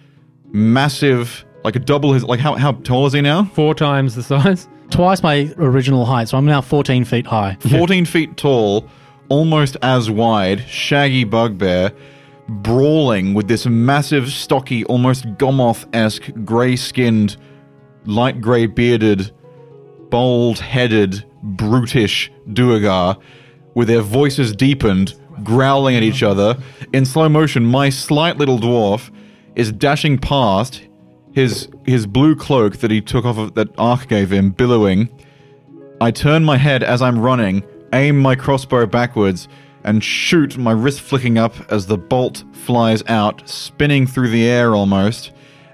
massive, like a double his, like how, how tall is he now?
Four times the size.
twice my original height, so I'm now 14 feet high.
14 feet tall, almost as wide, shaggy bugbear, brawling with this massive, stocky, almost Gomoth esque, grey skinned, light grey bearded, bald headed, brutish Duergar, with their voices deepened, growling at each other. In slow motion, my slight little dwarf is dashing past. His, his blue cloak that he took off of that Ark gave him, billowing, I turn my head as I'm running, aim my crossbow backwards, and shoot my wrist flicking up as the bolt flies out, spinning through the air almost,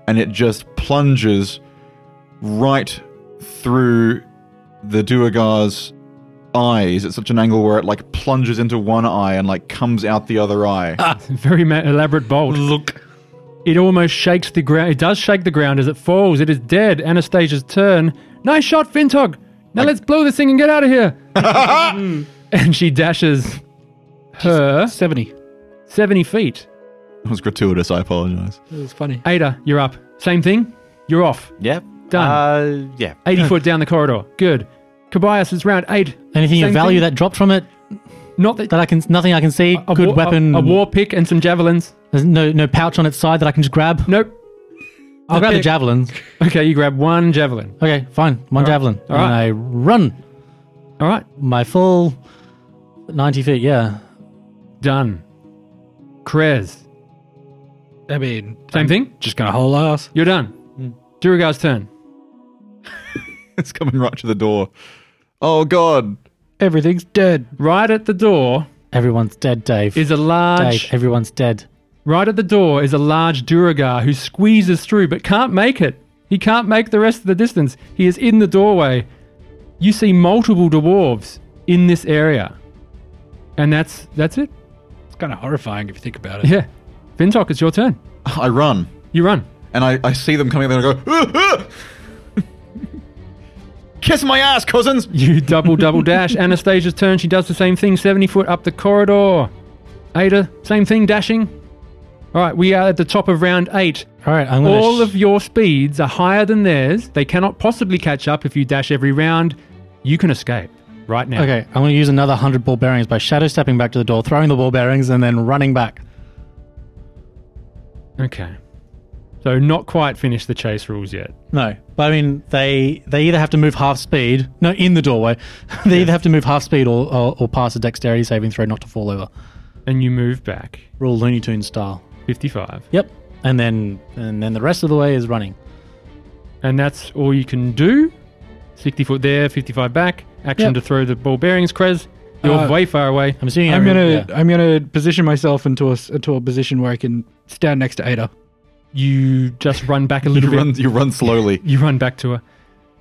and it just plunges right through the Duergar's eyes at such an angle where it like plunges into one eye and like comes out the other eye.
Very ma- elaborate bolt. Look. It almost shakes the ground. It does shake the ground as it falls. It is dead. Anastasia's turn. Nice shot, Fintog. Now let's blow this thing and get out of here. and she dashes her
70.
70 feet.
That was gratuitous, I apologize.
It was funny.
Ada, you're up. Same thing. You're off.
Yep.
Done.
Uh, yeah.
80 foot down the corridor. Good. Kobayas is round eight.
Anything
Same
of value
thing.
that dropped from it
Not that.
that I can nothing I can see.
a
Good
war- a-
weapon.
A, war pick and some javelins.
There's no no pouch on its side that I can just grab.
Nope.
I'll grab the
pick.
javelin.
Okay, you grab one javelin.
Okay, fine. One javelin.
All
and
right.
I run
All right.
my full 90 feet. Yeah.
Done. Krez.
I mean,
Same thing?
just going to whole ass.
You're done.
Hmm.
Duragar's turn.
It's coming right to the door. Oh god.
Everything's dead.
Right at the door,
Everyone's dead, Dave.
is a large
Dave, everyone's dead.
Right at the door is a large Duragar who squeezes through but can't make it. He can't make the rest of the distance. He is in the doorway. You see multiple dwarves in this area. And that's that's it.
It's kind of horrifying if you think about it.
Yeah. Fintok, it's your turn.
I run,
You run.
and I, I see them coming up and I go, "Ugh, ugh!" Kiss my ass, cousins!
You double double dash. Anastasia's turn. She does the same thing. 70 foot up the corridor. Ada, same thing, dashing. All right, we are at the top of round eight.
All right, I'm gonna.
All
sh-
of your speeds are higher than theirs. They cannot possibly catch up if you dash every round. You can escape right now.
Okay, I'm going to use another 100 ball bearings by shadow stepping back to the door, throwing the ball bearings, and then running back.
Okay. So not quite finished the chase rules yet.
No, but I mean, they they either have to move half speed, no, in the doorway. they either have to move half speed or, or, or pass a dexterity saving throw not to fall over.
And you move back
Real Looney Tune style.
55.
Yep. And then and then the rest of the way is running.
And that's all you can do. 60 foot there, 55 back. Action
Yep.
to throw the ball bearings, Krez. You're
Uh,
way far away.
I'm assuming
I'm gonna
everyone- yeah.
I'm gonna position myself into a s- into a position where I can stand next to Ada.
You just run back a little
You
bit.
run, you run slowly.
You run back to her.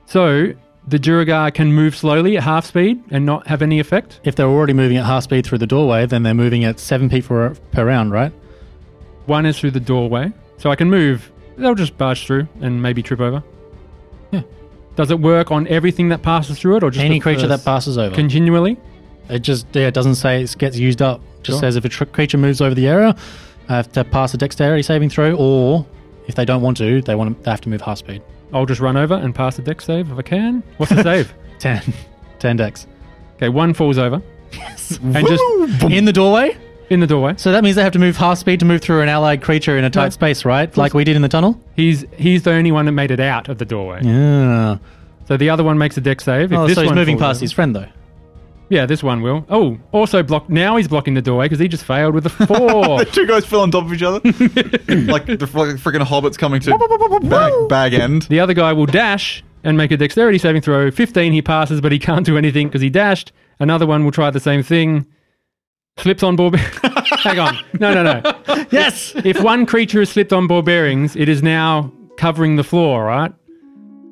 So the Duragar can move slowly at half speed and not have any effect.
If they're already moving at half speed through the doorway, then they're moving at seven feet for, per round, right?
One is through the doorway, so I can move. They'll just barge through and maybe trip over.
Yeah.
Does it work on everything that passes through it, or just
Any
the
creature that
first?
passes over.
continually?
it just yeah, it doesn't say it gets used up. It just
Sure.
says if a tr- creature moves over the area, I have to pass a dexterity saving throw, or if they don't want to, they want to, they have to move half speed.
I'll just run over and pass the deck save if I can. What's the save?
10. 10 dex.
Okay, one falls over. And just
In the doorway?
in the doorway.
So that means they have to move half speed to move through an allied creature in a tight
No.
space, right? Like we did in the tunnel?
He's he's the only one that made it out of the doorway.
Yeah.
So the other one makes a deck save. If
Oh,
this
so he's
one
moving
falls
past
over-
his friend, though.
Yeah, this one will. Oh, also block. Now he's blocking the doorway because he just failed with a four.
The two guys fell on top of each other, like the fr- like freaking hobbits coming to bag, bag end.
The other guy will dash and make a dexterity saving throw. 15 he passes, but he can't do anything because he dashed. Another one will try the same thing. Slips on ball bearings. Hang on. No, no, no. yes! If one creature has slipped on ball bearings, it is now covering the floor, right?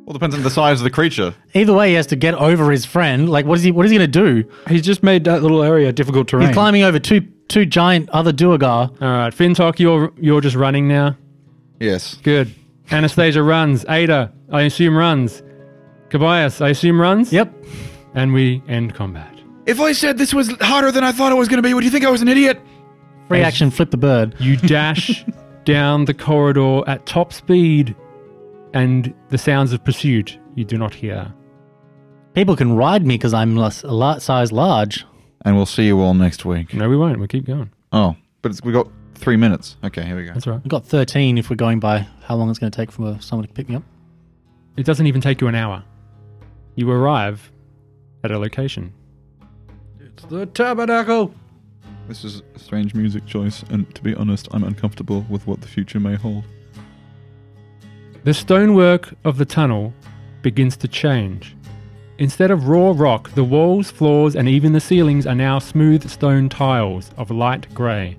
Well, depends on the size of the creature.
Either way, he has to get over his friend. Like, what is he? What is he going to do?
He's just made that little area difficult terrain.
He's climbing over two two giant other duergar.
All right. Fintok, you're, you're just running now.
Yes.
Good. Anastasia runs. Ada, I assume, runs. Kobayas, I assume, runs.
Yep.
And we end combat.
If I said this was harder than I thought it was going to be, would you think I was an idiot?
Free action, flip the bird.
You dash down the corridor at top speed, and the sounds of pursuit you do not hear.
People can ride me because I'm less, a lot size large.
And we'll see you all next week.
No, we won't. We'll keep going.
Oh, but it's, we got three minutes. Okay, here we go.
That's all right.
I've got 13 if we're going by how long it's going to take for someone to pick me up.
It doesn't even take you an hour. You arrive at a location.
It's the tabernacle.
This is a strange music choice, and to be honest, I'm uncomfortable with what the future may hold.
The stonework of the tunnel begins to change. Instead of raw rock, the walls, floors, and even the ceilings are now smooth stone tiles of light grey.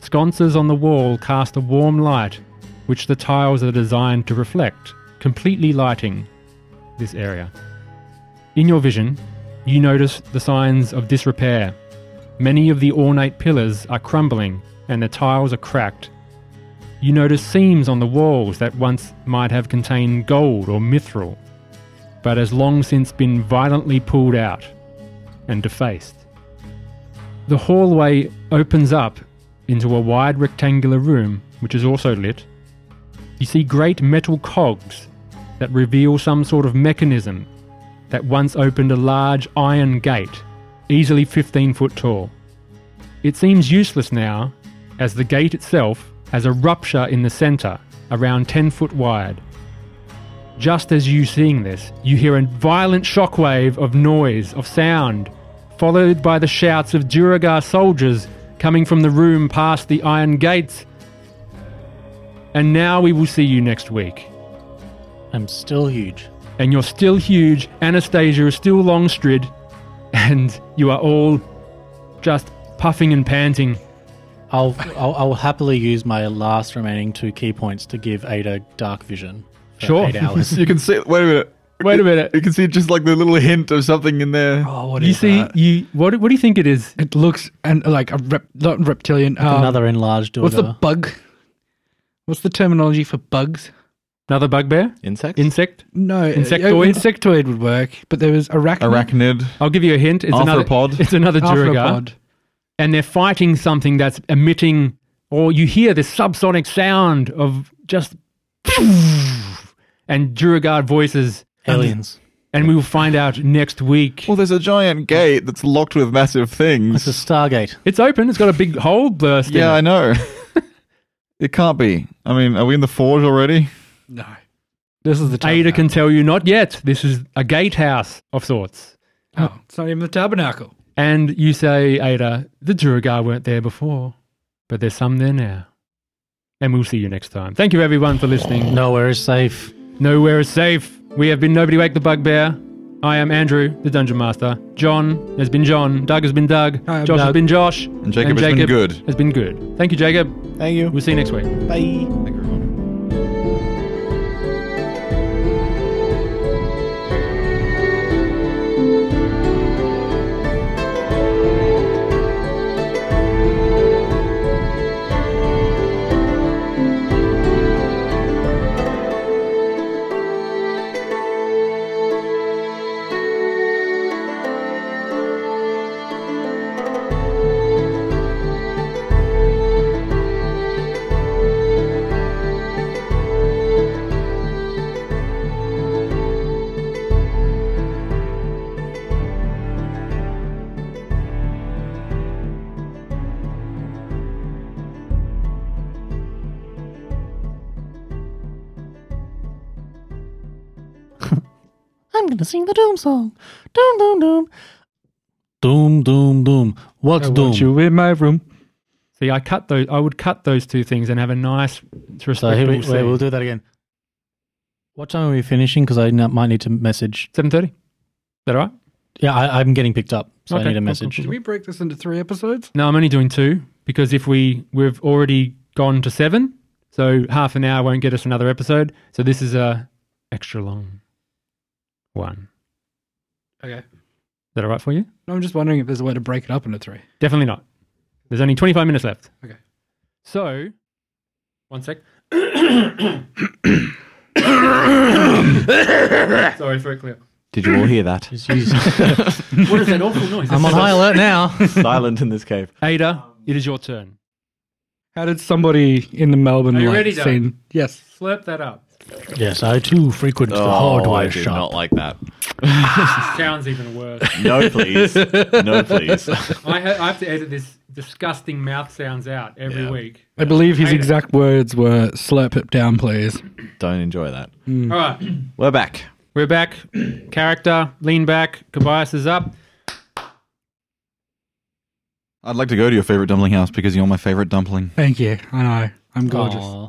Sconces on the wall cast a warm light, which the tiles are designed to reflect, completely lighting this area. In your vision, you notice the signs of disrepair. Many of the ornate pillars are crumbling, and the tiles are cracked you notice seams on the walls that once might have contained gold or mithril, but has long since been violently pulled out and defaced. The hallway opens up into a wide rectangular room, which is also lit. You see great metal cogs that reveal some sort of mechanism that once opened a large iron gate, easily 15 foot tall. It seems useless now, as the gate itself has a rupture in the centre, around 10 foot wide. Just as you seeing this, you hear a violent shockwave of noise, of sound, followed by the shouts of Duragar soldiers coming from the room past the iron gates. And now we will see you next week.
I'm still huge.
And you're still huge, Anastasia is still long strid, and you are all just puffing and panting.
I'll, I'll I'll happily use my last remaining two key points to give Ada dark vision. For
Sure.
Eight hours.
You can see. Wait a minute.
Wait a minute.
You can see just like the little hint of something in there.
Oh, what
you see, you what? What do you think it is?
It looks and like a rep, not reptilian. um,
Another enlarged
What's the
order.
bug? What's the terminology for bugs?
Another bugbear
Insects?
insect?
No, uh,
Insectoid?
insectoid would work, but there was arachnid.
Arachnid.
I'll give you a hint. It's another
Arthropod.
It's another Duragar,
Arthropod.
and they're fighting something that's emitting, or you hear this subsonic sound of just, and Duragar voices.
Aliens.
And we will find out next week.
Well, there's a giant gate that's locked with massive
It's
things.
a Stargate.
It's open. It's got a big hole burst. in
yeah,
it.
I know. it can't be. I mean, are we in the forge already?
No, this is the
Ada
tabernacle.
can tell you not yet. This is a gatehouse of sorts.
Oh, it's not even the tabernacle.
And you say, Ada, the Duergar weren't there before, but there's some there now. And we'll see you next time. Thank you, everyone, for listening.
Nowhere is safe.
Nowhere is safe. We have been Nobody Wake the Bugbear. I am Andrew, the Dungeon Master. John has been John. Doug has been Doug.
I am
Josh has
Doug.
been Josh.
And Jacob has been good.
Has been good. Thank you, Jacob.
Thank you.
We'll see you next week.
Bye.
I'm gonna sing the Doom song. Doom, doom, doom. Doom, doom, doom. What's
I
doom?
want you in my room.
See, I cut those. I would cut those two things and have a nice,
So here we,
respectable.
wait, we'll do that again. What time are we finishing? Because I n- might need to message.
Seven thirty. Is that all right?
Yeah, I, I'm getting picked up, so
Okay,
I need
cool,
a
cool,
message.
cool,
Did we break this into three episodes?
No, I'm only doing two because if we we've already gone to seven, so half an hour won't get us another episode. So this is a extra long one.
Okay.
Is that all right for you?
No, I'm just wondering if there's a way to break it up into three.
Definitely not. There's only 25 minutes left.
Okay.
So, one sec. Sorry for a clear.
Did you all hear that?
Just use-
What is that awful noise?
I'm on high alert now.
Silent in this cave.
Ada, it is your turn.
How did somebody in the Melbourne
Are you
like,
ready, Doug?
scene? Yes.
Slurp that up.
yes, I too frequent the hardware
Oh, I do
shop.
not like that.
Sounds even worse.
No, please. no, please.
I, ha- I have to edit this disgusting mouth sounds out every
Yeah.
week.
I believe his
Ada.
exact words were "slurp it down, please."
Don't enjoy that.
All right,
We're back.
we're back. Character, lean back. Kobayas is up.
I'd like to go to your favorite dumpling house because you're my favorite dumpling.
Thank you. I know. I'm gorgeous.
Aw.